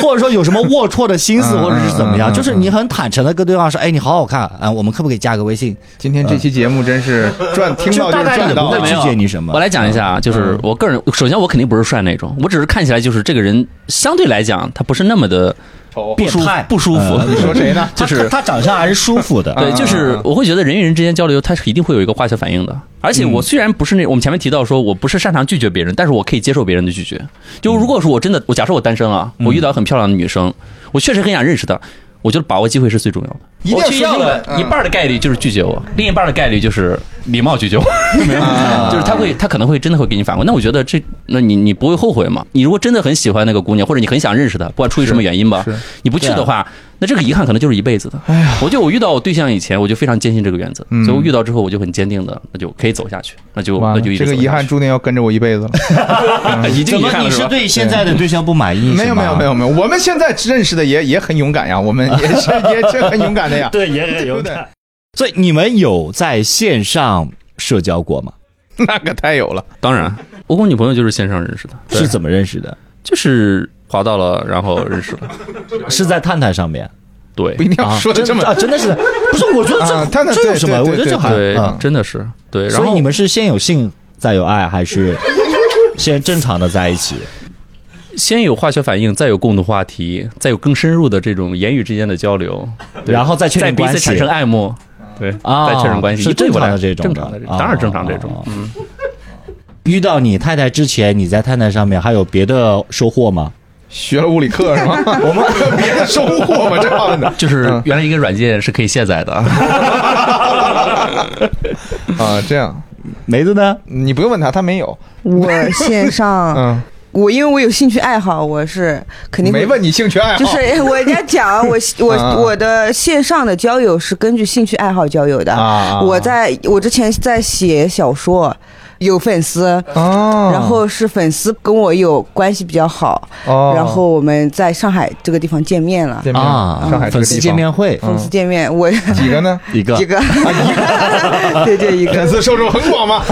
S1: 或者说有什么龌龊的心思，
S2: 嗯
S1: 或者是怎么
S2: 嗯
S1: 样，
S2: 嗯
S1: 就是你很坦诚的跟对方说，哎你好好看啊，我们可不可以加个微信？
S2: 今天这期节目真是赚，听到就是赚到
S1: 不会
S3: 那没
S1: 拒
S3: 有
S1: 绝你什么
S3: 我来讲一下啊，就是
S2: 嗯
S3: 我个人，首先我肯定不是帅那种，我只是看起来就是这个人相对来讲，他不是那么的
S2: 丑
S3: 不舒
S1: 变态
S3: 不舒服
S1: 嗯。
S2: 你说谁呢？
S1: 就是他长相还是舒服 的，
S3: 对，
S2: 嗯
S3: 就是我会觉得人与人之间交流，他是一定会有一个化学反应的。而且我
S2: 嗯
S3: 虽然不是那，我们前面提到说我不是擅长拒绝别人，但是我可以接受别人的拒绝。就如果说我真的，我假设我单身啊，我遇到很漂亮的女生，我确实很想认识她，我觉得把握机会是最重要的。嗯
S2: 一定
S3: 我
S2: 要
S3: 去要
S2: 说出来
S3: 了嗯一半的概率就是拒绝我，另一半的概率就是礼貌拒绝 我。 就是他会，他可能会真的会给你反馈。那我觉得这，那你你不会后悔吗？你如果真的很喜欢那个姑娘，或者你很想认识她，不管出于什么原因吧
S2: 是是，
S3: 你不去的话，那这个遗憾可能就是一辈子的。我就我遇到我对象以前，我就非常坚信这个原则，
S2: 嗯
S3: 所以我遇到之后我就很坚定的，那就可以走下去，那就
S2: 完
S3: 那
S2: 了，
S3: 就一直
S2: 这个
S3: 走下
S2: 遗憾
S3: 去
S2: 注定要跟着我一辈子了。
S3: 已经
S1: 怎
S3: 遗
S1: 么
S3: 憾
S1: 你
S3: 了是
S1: 是
S3: 吧？
S1: 对现在的对象不满意？
S2: 没有没有没有，没有，我们现在认识的也也很勇敢呀，我们也是也是很勇敢的呀。
S1: 对，也很
S2: 有点
S1: 感。 所以你们有在线上社交过吗？
S2: 那可太有了，
S3: 当然，我跟我女朋友就是线上认识的，
S1: 是怎么认识的？
S3: 就是滑到了，然后认识了。
S1: 是在探探上面
S3: 对
S2: 不一定要
S1: 啊？
S2: 说的这么
S1: 真啊，真的 是不是？我觉得
S2: 啊
S1: 这
S2: 探探
S1: 这有
S2: 对
S1: 什么？
S2: 对
S1: 我觉得
S2: 对
S1: 这还
S3: 对
S1: 啊，。
S3: 真的是对。然
S1: 所以
S3: 后
S1: 你们是先有性再有爱，还是先正常的在一起？
S3: 先有化学反应，再有共同话题，再有更深入的这种言语之间的交流，对
S1: 然后再确
S3: 再
S1: 认
S3: 彼
S1: 关
S3: 此
S1: 系
S3: 产生爱慕，对，
S1: 啊
S3: 再确认关系，
S1: 是
S3: 一对
S1: 正
S3: 我来
S1: 常的这种
S3: 正
S1: 的
S3: 常的这，
S1: 啊
S3: 当然正常这
S1: 啊
S3: 种嗯
S1: 啊，遇到你太太之前，你在探探上面还有别的收获吗？
S2: 学了物理课 是吗？我们可别的收获嘛，这话 问的
S3: 就是原来一个软件是可以卸载
S1: 哎
S3: 的，
S2: 啊，这样
S1: 梅子呢？
S2: 啊你不用问他，他没有。
S4: 我线上
S2: 嗯，
S4: 我因为我有兴趣爱好，我是肯定会
S2: 没问你兴趣爱好，
S4: 就是 我人家讲 我
S2: 啊
S4: 我我的线上的交友是根据兴趣爱好交友的。
S2: 啊，
S4: 我在我之前在写小说，有粉丝，
S2: 哦，
S4: 然后是粉丝跟我有关系比较好，
S2: 哦，
S4: 然后我们在上海这个地方见面了，
S2: 见面
S1: 啊，
S2: 上海这
S1: 粉
S2: 个
S1: 丝
S2: 地
S1: 见
S2: 方
S1: 面会
S4: 粉丝见面我
S2: 几个啊呢？
S1: 一个
S4: 几个， 对对一
S2: 粉
S4: 个，
S2: 丝受众很广 嘛，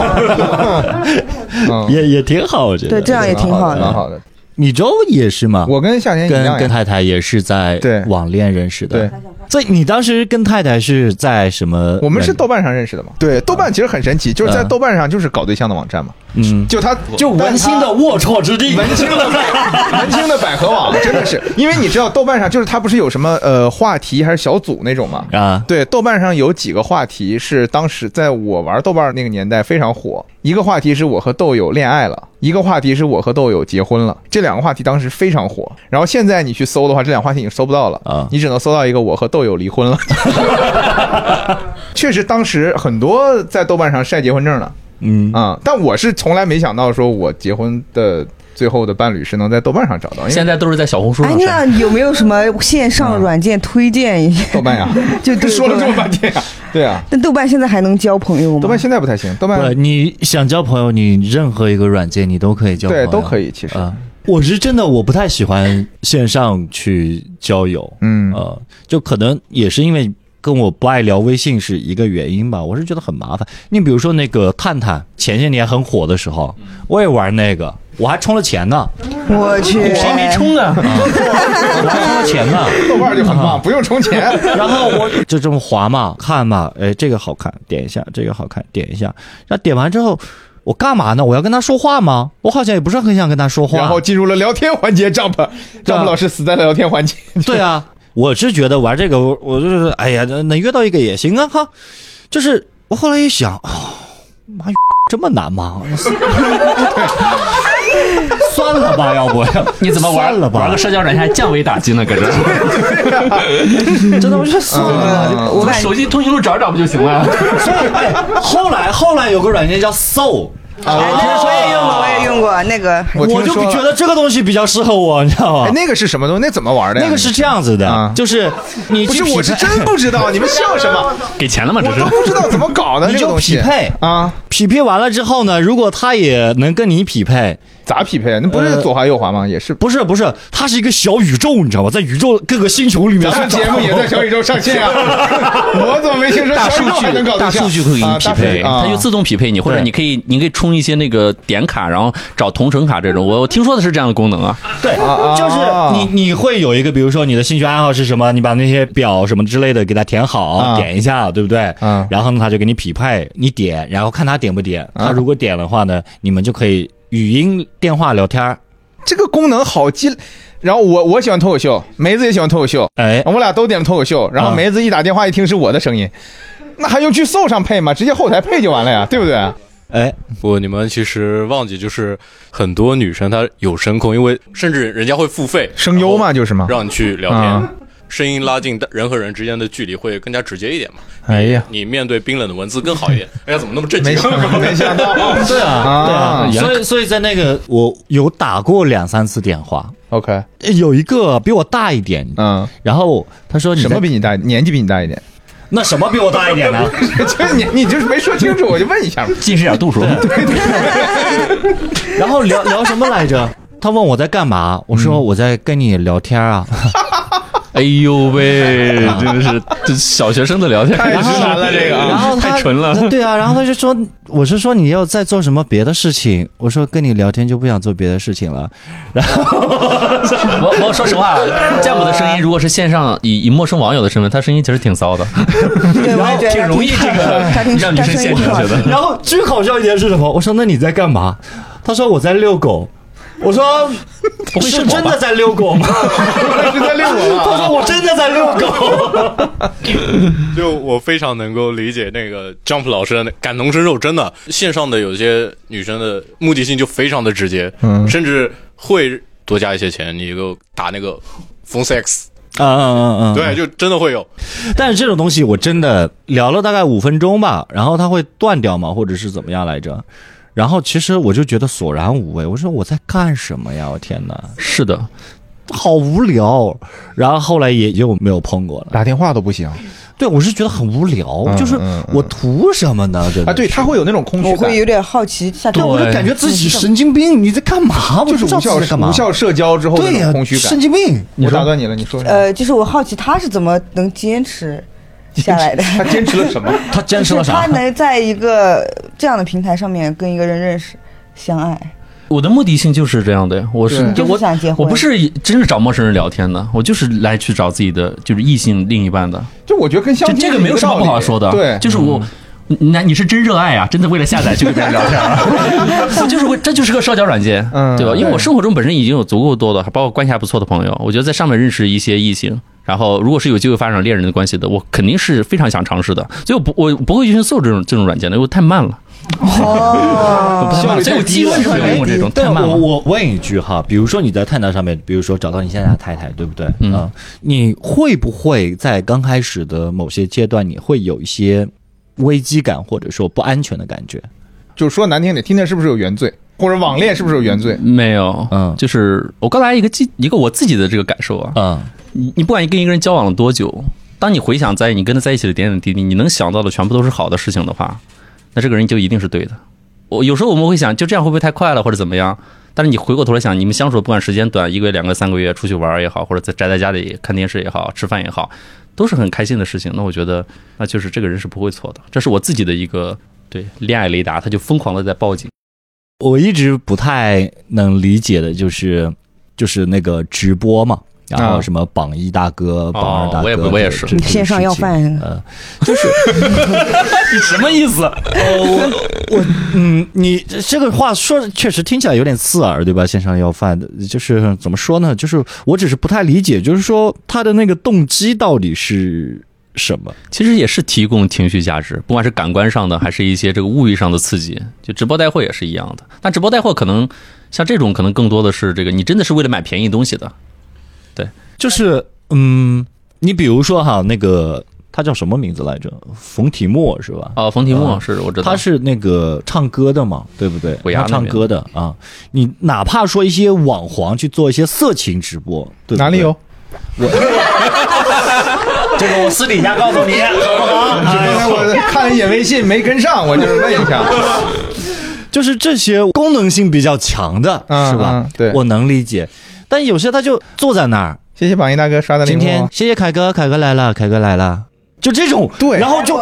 S2: 嗯，
S1: 也也挺好，我觉得
S4: 对这样也挺好
S2: 蛮
S4: 的。
S2: 好的。
S1: 米粥也是嘛，
S2: 我跟夏天一
S1: 跟
S2: 样
S1: 跟
S2: 呀，
S1: 太太也是在
S2: 对
S1: 网恋认识的
S2: 对，，
S1: 所以你当时跟太太是在什么？
S2: 我们是豆瓣上认识的嘛。对，豆瓣其实很神奇，就是在
S1: 嗯
S2: 豆瓣上就是搞对象的网站嘛，
S1: 嗯，
S2: 就他就
S1: 文青的龌龊之地，
S2: 文青的 百文青的百合网真的是，因为你知道豆瓣上就是它不是有什么呃话题还是小组那种嘛。
S1: 啊，
S2: 对，豆瓣上有几个话题是当时在我玩豆瓣那个年代非常火。一个话题是我和豆友恋爱了，一个话题是我和豆友结婚了，这两个话题当时非常火。然后现在你去搜的话，这两个话题已经搜不到了
S1: 啊
S2: 你只能搜到一个我和豆友离婚了。 确实，当时很多在豆瓣上晒结婚证的，
S1: 嗯，
S2: 啊、但我是从来没想到说我结婚的最后的伴侣是能在豆瓣上找到，因
S3: 现
S2: 为
S3: 在都是在小红书
S4: 哎
S3: 上，晒
S4: 那有没有什么线上
S2: 嗯
S4: 软件推荐一下？
S2: 豆瓣呀，
S4: 就对
S2: 说了这么
S4: 对
S2: 半天呀，对啊，
S4: 那豆瓣现在还能交朋友吗？
S2: 豆瓣现在不太行，豆
S1: 不，
S2: 瓣
S1: 你想交朋友，你任何一个软件你都可以交朋友，
S2: 对都可以其实
S1: 啊。我是真的我不太喜欢线上去交友，
S2: 嗯
S1: 呃，就可能也是因为跟我不爱聊微信是一个原因吧。我是觉得很麻烦。你比如说那个探探，前些年很火的时候，
S2: 嗯
S1: 我也玩那个，我还充了钱呢，
S4: 我去，
S3: 谁没充啊？
S1: 我还充了钱 呢。
S2: 豆瓣就很
S1: 啊
S2: 棒，不用充钱。
S1: 然后我就这么滑嘛，看嘛，哎，这个好看，点一下；这个好看，点一下。然后点完之后，我干嘛呢？我要跟他说话吗？我好像也不是很想跟他说话。
S2: 然后进入了聊天环节，Jump，Jump
S1: 啊
S2: 老师死在了聊天环节。
S1: 对啊，我是觉得玩这个，我我就是哎呀，能约到一个也行啊哈。就是我后来一想，哦、妈 呀，这么难吗？ 算了吧，要不
S3: 你怎么玩
S1: 算了吧
S3: 玩个社交软件还降维打击呢？搁 这儿，
S1: 真的我就算了吧。
S2: 嗯
S4: 我感觉
S3: 手机通讯录找找不就行了？
S1: 所以哎，后来后来有个软件叫 Soul。
S4: 哎，那个我也用过，我也用过那个。
S2: 啊哦我听
S1: 我就
S2: 说了
S1: 觉得这个东西比较适合我，你知道吗？
S2: 哎，那个是什么东西？那怎么玩的呀？
S1: 那个是这样子的，
S2: 啊
S1: 就是你
S2: 不
S1: 去
S2: 是？
S1: 匹
S2: 我是
S1: 配
S2: 真不 知道，你们笑什么？
S3: 给钱了吗？这
S2: 我
S3: 是
S2: 都不知道怎么搞的，
S1: 你
S2: 这个
S1: 就
S2: 东西
S1: 匹配
S2: 啊？
S1: 匹配完了之后呢，如果他也能跟你匹配，
S2: 咋匹配？那不
S1: 呃
S2: 是左滑右滑吗？也是。
S1: 不是不是，它是一个小宇宙，你知道吧？在宇宙各个星球里面
S2: 咱们
S1: 去找
S2: 节目也在小宇宙 上线啊！我怎么没听说
S3: 大
S2: 小
S3: 数
S2: 宇宙还能
S3: 据，
S2: 搞
S3: 大
S2: 对象
S3: 数据会给你
S2: 啊
S3: 匹
S2: 大数
S3: 配，
S2: 据啊
S3: 它就自动匹配你，或者
S1: 对
S3: 你可以，你可以充一些那个点卡，然后找同城卡这种。我我听说的是这样的功能啊，
S1: 对，
S2: 啊
S1: 就是你你会有一个，比如说你的兴趣爱好是什么，你把那些表什么之类的给它填好，
S2: 啊
S1: 点一下，对不对？
S2: 嗯
S1: 然后呢，他就给你匹配，你点，然后看他点不点。
S2: 啊
S1: 他如果点的话呢，你们就可以语音电话聊天儿。
S2: 这个功能好激。然后我我喜欢脱口秀，梅子也喜欢脱口秀，
S1: 哎，
S2: 我俩都点脱口秀。然后
S1: 啊
S2: 梅子一打电话一听是我的声音，那还用去搜上配吗？直接后台配就完了呀，对不对？
S1: 哎，
S6: 不，你们其实忘记，就是很多女生她有声控，因为甚至人家会付费
S2: 声优
S1: 哦
S2: 嘛，，就是嘛
S6: 然后。让你去聊
S2: 啊
S6: 天，声音拉近人和人之间的距离会更加直接一点嘛。
S2: 哎呀，
S6: 你面对冰冷的文字更好一点。哎呀，怎么那么震
S2: 没
S6: 惊？
S2: 想到，没想到。
S1: 对啊，对
S2: 啊
S1: 啊，
S3: 原来
S1: 所以所以在那个我有打过两三次电话，
S2: OK，
S1: 有一个比我大一点，
S2: 嗯，
S1: 然后他说你在
S2: 什么比你大？年纪比你大一点？
S1: 那什么比我大一点呢？
S2: 就是你，你就是没说清楚，我就 问一下嘛。
S3: 近视眼度数。
S1: 然后聊聊什么来着？他问我在干嘛，我
S3: 嗯
S1: 说我在跟你聊天啊。
S3: 哎呦喂，真的是这小学生的聊天
S2: 太直男了这个啊
S1: 然后他
S3: 太纯了。
S1: 他对啊，然后他就说我是说你要在做什么别的事情，我说跟你聊天就不想做别的事 情了。
S3: 我我说实话，詹姆的声音如果是线上以以陌生网友的身份，他声音其实挺骚的，
S4: 对，我也觉
S3: 挺
S4: 得
S3: 容易这个
S4: 他挺
S3: 让女
S4: 他
S3: 生
S4: 声
S3: 陷
S4: 音
S3: 进
S4: 挺好
S3: 去的。
S1: 然后最搞笑一点是什么？我说那你在干嘛？他说我在遛狗。我 说
S3: 不会
S1: 是
S3: 是我
S1: 真
S3: 吧
S1: 的在遛 狗吗？
S2: 是在遛我
S1: 他
S2: 啊
S1: 说我真的在遛狗。
S6: 就我非常能够理解那个 Jump 老师的那感同身受，真的，线上的有些女生的目的性就非常的直接，
S2: 嗯
S6: 甚至会多加一些钱，你就打那个 phone sex，
S3: 啊
S1: 嗯嗯嗯嗯，
S6: 对，就真的会有。
S1: 但是这种东西我真的聊了大概五分钟吧，然后它会断掉嘛，或者是怎么样来着？然后其实我就觉得索然无味，我说我在干什么呀？我天哪，
S3: 是的，
S1: 好无聊。然后后来也就没有碰过了。
S2: 打电话都不行啊
S1: 对，我是觉得很无聊，
S2: 嗯
S1: 就是
S2: 嗯嗯
S1: 我图什么呢？真的
S2: 啊！对，
S1: 是
S2: 他会有那种空虚
S4: 我
S2: 感
S4: 会，有点好奇，下
S1: 对，我就感觉自己神经病，你在干嘛？我
S2: 就
S1: 不
S2: 是
S1: 知道
S2: 无
S1: 自己
S2: 效
S1: 在干嘛。
S2: 无效社交之后的
S1: 对
S2: 那
S1: 呀
S2: 种，空虚
S1: 神
S2: 感。
S1: 经病。
S2: 我打断你了，你说
S4: 呃，就是我好奇他是怎么能坚持下来的。
S2: 他坚持了什么？
S1: 他坚持了
S4: 就是
S1: 啥
S4: 他？能在一个这样的平台上面跟一个人认识、相爱，
S3: 我的目的性就是这样的呀，我嗯是
S2: 对
S4: 就
S3: 我
S4: 是想结婚。
S3: 我不是真是找陌生人聊天的，我就是来去找自己的就是异性另一半的，
S2: 就我觉得跟相
S3: 这
S2: 亲
S3: 这个
S2: 是一
S3: 没有什么不
S2: 道
S3: 好
S2: 理
S3: 说的，
S2: 对，嗯
S3: 就是我。那你是真热爱啊！真的为了下载去跟别人聊 天啊，我就是为这就是个社交软件，
S2: 嗯
S3: 对吧？因为
S2: 对
S3: 我生活中本身已经有足够多的，包括关系还不错的朋友，我觉得在上面认识一些异性，然后如果是有机会发展恋人的关系的，我肯定是非常想尝试的，所以我不我不会去搜这种这种软件的，因为太慢了，
S1: 啊
S4: 哦，
S3: 太慢了
S2: 效率太低了
S3: 所以 我基本上没有用过这种，
S1: 对，
S3: 太慢
S1: 我
S3: 了。
S1: 我问一句哈，比如说你在探探上面，比如说找到你现在的太太，对不对？
S3: 嗯
S1: 啊你会不会在刚开始的某些阶段，你会有一些危机感，或者说不安全的感觉？
S2: 就是说难听点，听听是不是有原罪，或者网恋是不是有原罪？
S3: 没有，
S1: 嗯
S3: 就是我刚才一个记一个我自己的这个感受啊，
S1: 嗯，
S3: 你你不管跟一个人交往了多久，当你回想在你跟他在一起的点点滴滴，你能想到的全部都是好的事情的话，那这个人就一定是对的。我有时候我们会想，就这样会不会太快了，或者怎么样？但是你回过头来想，你们相处的不管时间短，一个月、两个、三个月，出去玩儿也好，或者在宅在家里看电视也好，吃饭也好，都是很开心的事情。那我觉得，那就是这个人是不会错的。这是我自己的一个对恋爱雷达，他就疯狂的在报警。
S1: 我一直不太能理解的就是，就是那个直播嘛，然后
S2: 啊
S1: 什么榜一大哥、榜二大哥，
S3: 哦我也不我也是
S1: 这这
S4: 线上要饭
S1: 这个事情呃，就是
S3: 你什么意思？
S1: 嗯，你这个话说确实听起来有点刺耳，对吧？线上要饭，就是嗯怎么说呢？就是我只是不太理解，就是说他的那个动机到底是什么？
S3: 其实也是提供情绪价值，不管是感官上的，还是一些这个物欲上的刺激。就直播带货也是一样的，但直播带货可能像这种，可能更多的是这个你真的是为了买便宜东西的。
S1: 就是嗯，你比如说哈，那个他叫什么名字来着？冯提莫是吧？
S3: 哦，冯提莫
S1: 嗯
S3: 是我知道，
S1: 他是那个唱歌的嘛，对不对？
S3: 虎
S1: 他
S3: 牙那
S1: 唱
S3: 边
S1: 歌的啊，你哪怕说一些网黄去做一些色情直播，对不对
S2: 哪里有？？
S1: 这个我私底下告诉 你，好不好？哎
S2: 刚才我看了一眼微信没跟上，我就是问一 下。
S1: 就是这些功能性比较强的，
S2: 嗯
S1: 是吧
S2: 嗯？对
S1: 我能理解。但有些他就坐在那儿，
S2: 谢谢榜一大哥刷的
S1: 今
S2: 零
S1: 天谢谢凯哥，凯哥来了，凯哥来了，就这种，
S2: 对
S1: 然后就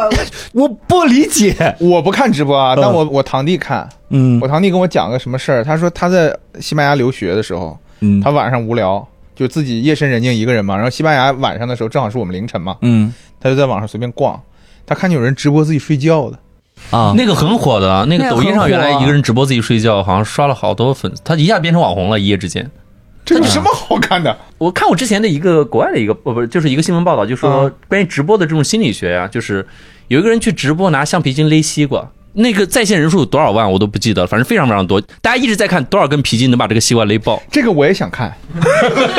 S1: 我不理解，
S2: 我不看直播啊，
S1: 嗯
S2: 但我我堂弟看，
S1: 嗯
S2: 我堂弟跟我讲个什么事儿，他说他在西班牙留学的时候，
S1: 嗯
S2: 他晚上无聊，就自己夜深人静一个人嘛，然后西班牙晚上的时候正好是我们凌晨嘛，
S1: 嗯
S2: 他就在网上随便逛，他看见有人直播自己睡觉的，
S1: 啊，
S3: 那个很火啊的，那个抖音上原来一个人直播自己睡觉，好像刷了好多粉丝，他一下变成网红了，一夜之间。
S2: 这有什么好看的？
S3: 我看我之前的一个国外的一个，呃，不是，就是一个新闻报道，就说
S2: 嗯
S3: 关于直播的这种心理学呀、就是有一个人去直播拿橡皮筋勒西瓜，那个在线人数有多少万我都不记得了，反正非常非常多，大家一直在看多少根皮筋能把这个西瓜勒爆。
S2: 这个我也想 看，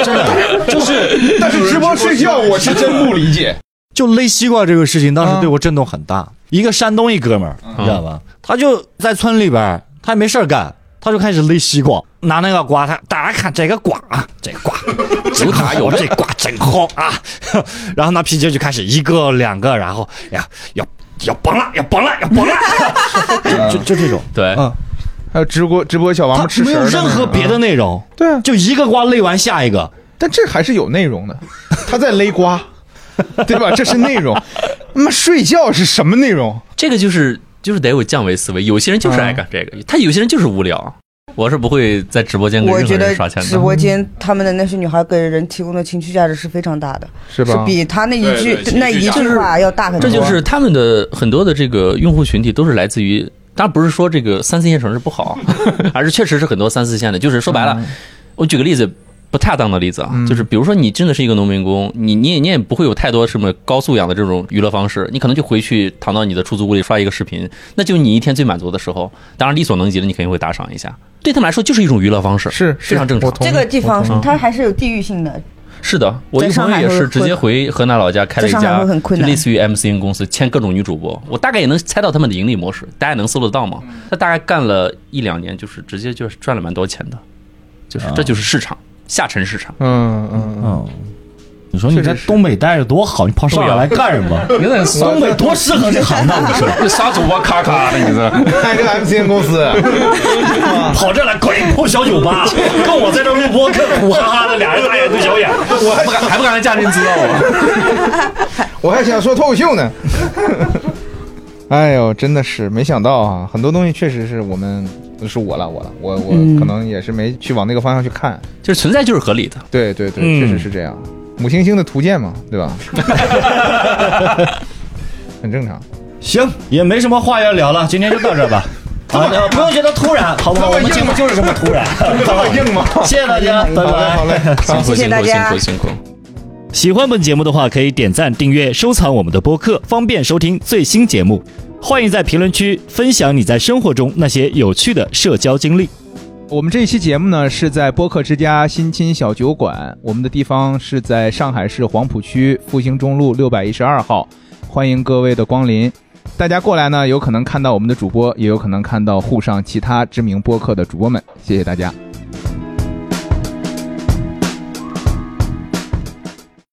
S2: 真的 就是，但是直播睡觉我是真不理解。
S1: 就勒西瓜这个事情，当时
S2: 啊
S1: 对我震动很大。一个山东一哥们儿，你知道吧？他就在村里边儿，他也没事儿干，他就开始勒西瓜，拿那个瓜，他大家看这个瓜啊，这个 瓜真好，有这瓜真好啊。 然后拿皮筋就开始一个两个，然后哎呀要要崩了，要崩了，要 崩了，就就就这种。
S3: 对，
S1: 嗯，
S2: 还有直播直播小王八
S1: 他
S2: 吃
S1: 没
S2: 食
S1: 有
S2: 儿的
S1: 任
S2: 那
S1: 何
S2: 种
S1: 别的嗯内容，
S2: 对啊，
S1: 就一个瓜勒完下一个。
S2: 但这还是有内容的， 他在勒瓜， 对吧？这是内容。那么睡觉是什么内容？
S3: 这个就是就是得有降维思维，有些人就是
S4: 嗯
S3: 爱干这个，他有些人就是无聊。我是不会在直播间跟
S4: 我
S3: 任何
S4: 觉
S3: 人
S4: 得
S3: 刷钱
S4: 直
S3: 的。
S4: 播间他们的那些女孩给人提供的情绪价值是非常大的，
S2: 是
S4: 是
S2: 吧？
S4: 比他那一句
S6: 对对
S4: 那一句话要大很
S3: 这
S4: 多。
S3: 就是他们的很多的这个用户群体都是来自于，当然不是说这个三四线城市不 好，而是确实是很多三四线的，就是说白
S2: 嗯
S3: 了，我举个例子。不恰当的例子啊，
S4: 嗯
S3: 就是比如说你真的是一个农民工，你你也你也不会有太多什么高素养的这种娱乐方式，你可能就回去躺到你的出租屋里刷一个视频，那就你一天最满足的时候。当然力所能及的，你肯定会打赏一下，对他们来说就是一种娱乐方式，
S2: 是是
S3: 非常正常
S2: 我。同
S4: 这
S2: 意
S4: 个地
S2: 我
S4: 方
S2: 同意
S4: 它还是有地域性的，
S3: 是的，我一
S4: 在上
S3: 朋友
S4: 海
S3: 也
S4: 会
S3: 是直接回河南老家开了一
S4: 在上
S3: 家
S4: 海会很困难
S3: 类似于 MCN 公司，签各种女主播，我大概也能猜到他们的盈利模式，大家能搜得到吗？
S4: 嗯
S3: 他大概干了一两年，就是直接就是赚了蛮多钱的，就是
S4: 啊
S3: 这就是市场下沉市场。
S2: 嗯嗯，嗯
S1: 嗯，你说你在东北待着多好，你跑上海来干什么？
S3: 你在
S1: 东北多适合这行啊当 的事 儿，
S3: 啥主播咔咔的，你这
S2: 开个 MCN 公司，
S1: 跑这来滚泡小酒吧，跟我在这录播，看苦哈哈的俩人大眼对小眼，
S3: 我还不敢还不敢来嘉宾知道我。
S2: 我还想说脱口秀呢。 哎呦，真的是没想到啊！很多东西确实是我们，是我了，我了，我我可能也是没去往那个方向去看。
S3: 就是存在就是合理的，
S2: 对对对，
S1: 嗯
S2: 确实是这样。母猩猩的图鉴嘛，对吧？ 很 正常。
S1: 行，也没什么话要聊了，今天就到这儿吧。啊，不用觉得突然，好不好？我们节目就是这么突然，这么硬吗？谢谢大家， 拜
S2: 好嘞，
S1: 拜
S2: 好。嘞，好
S5: 辛苦
S4: 谢谢
S5: 辛
S4: 大
S5: 苦辛
S4: 家
S5: 苦辛苦。
S1: 喜欢本节目的话，可以点赞、订阅、收藏我们的播客，方便收听最新节目。欢迎在评论区分享你在生活中那些有趣的社交经历。
S2: 我们这一期节目呢是在播客之家新青小酒馆，我们的地方是在上海市黄浦区复兴中路六百一十二号，欢迎各位的光临。大家过来呢，有可能看到我们的主播，也有可能看到沪上其他知名播客的主播们。谢谢大家。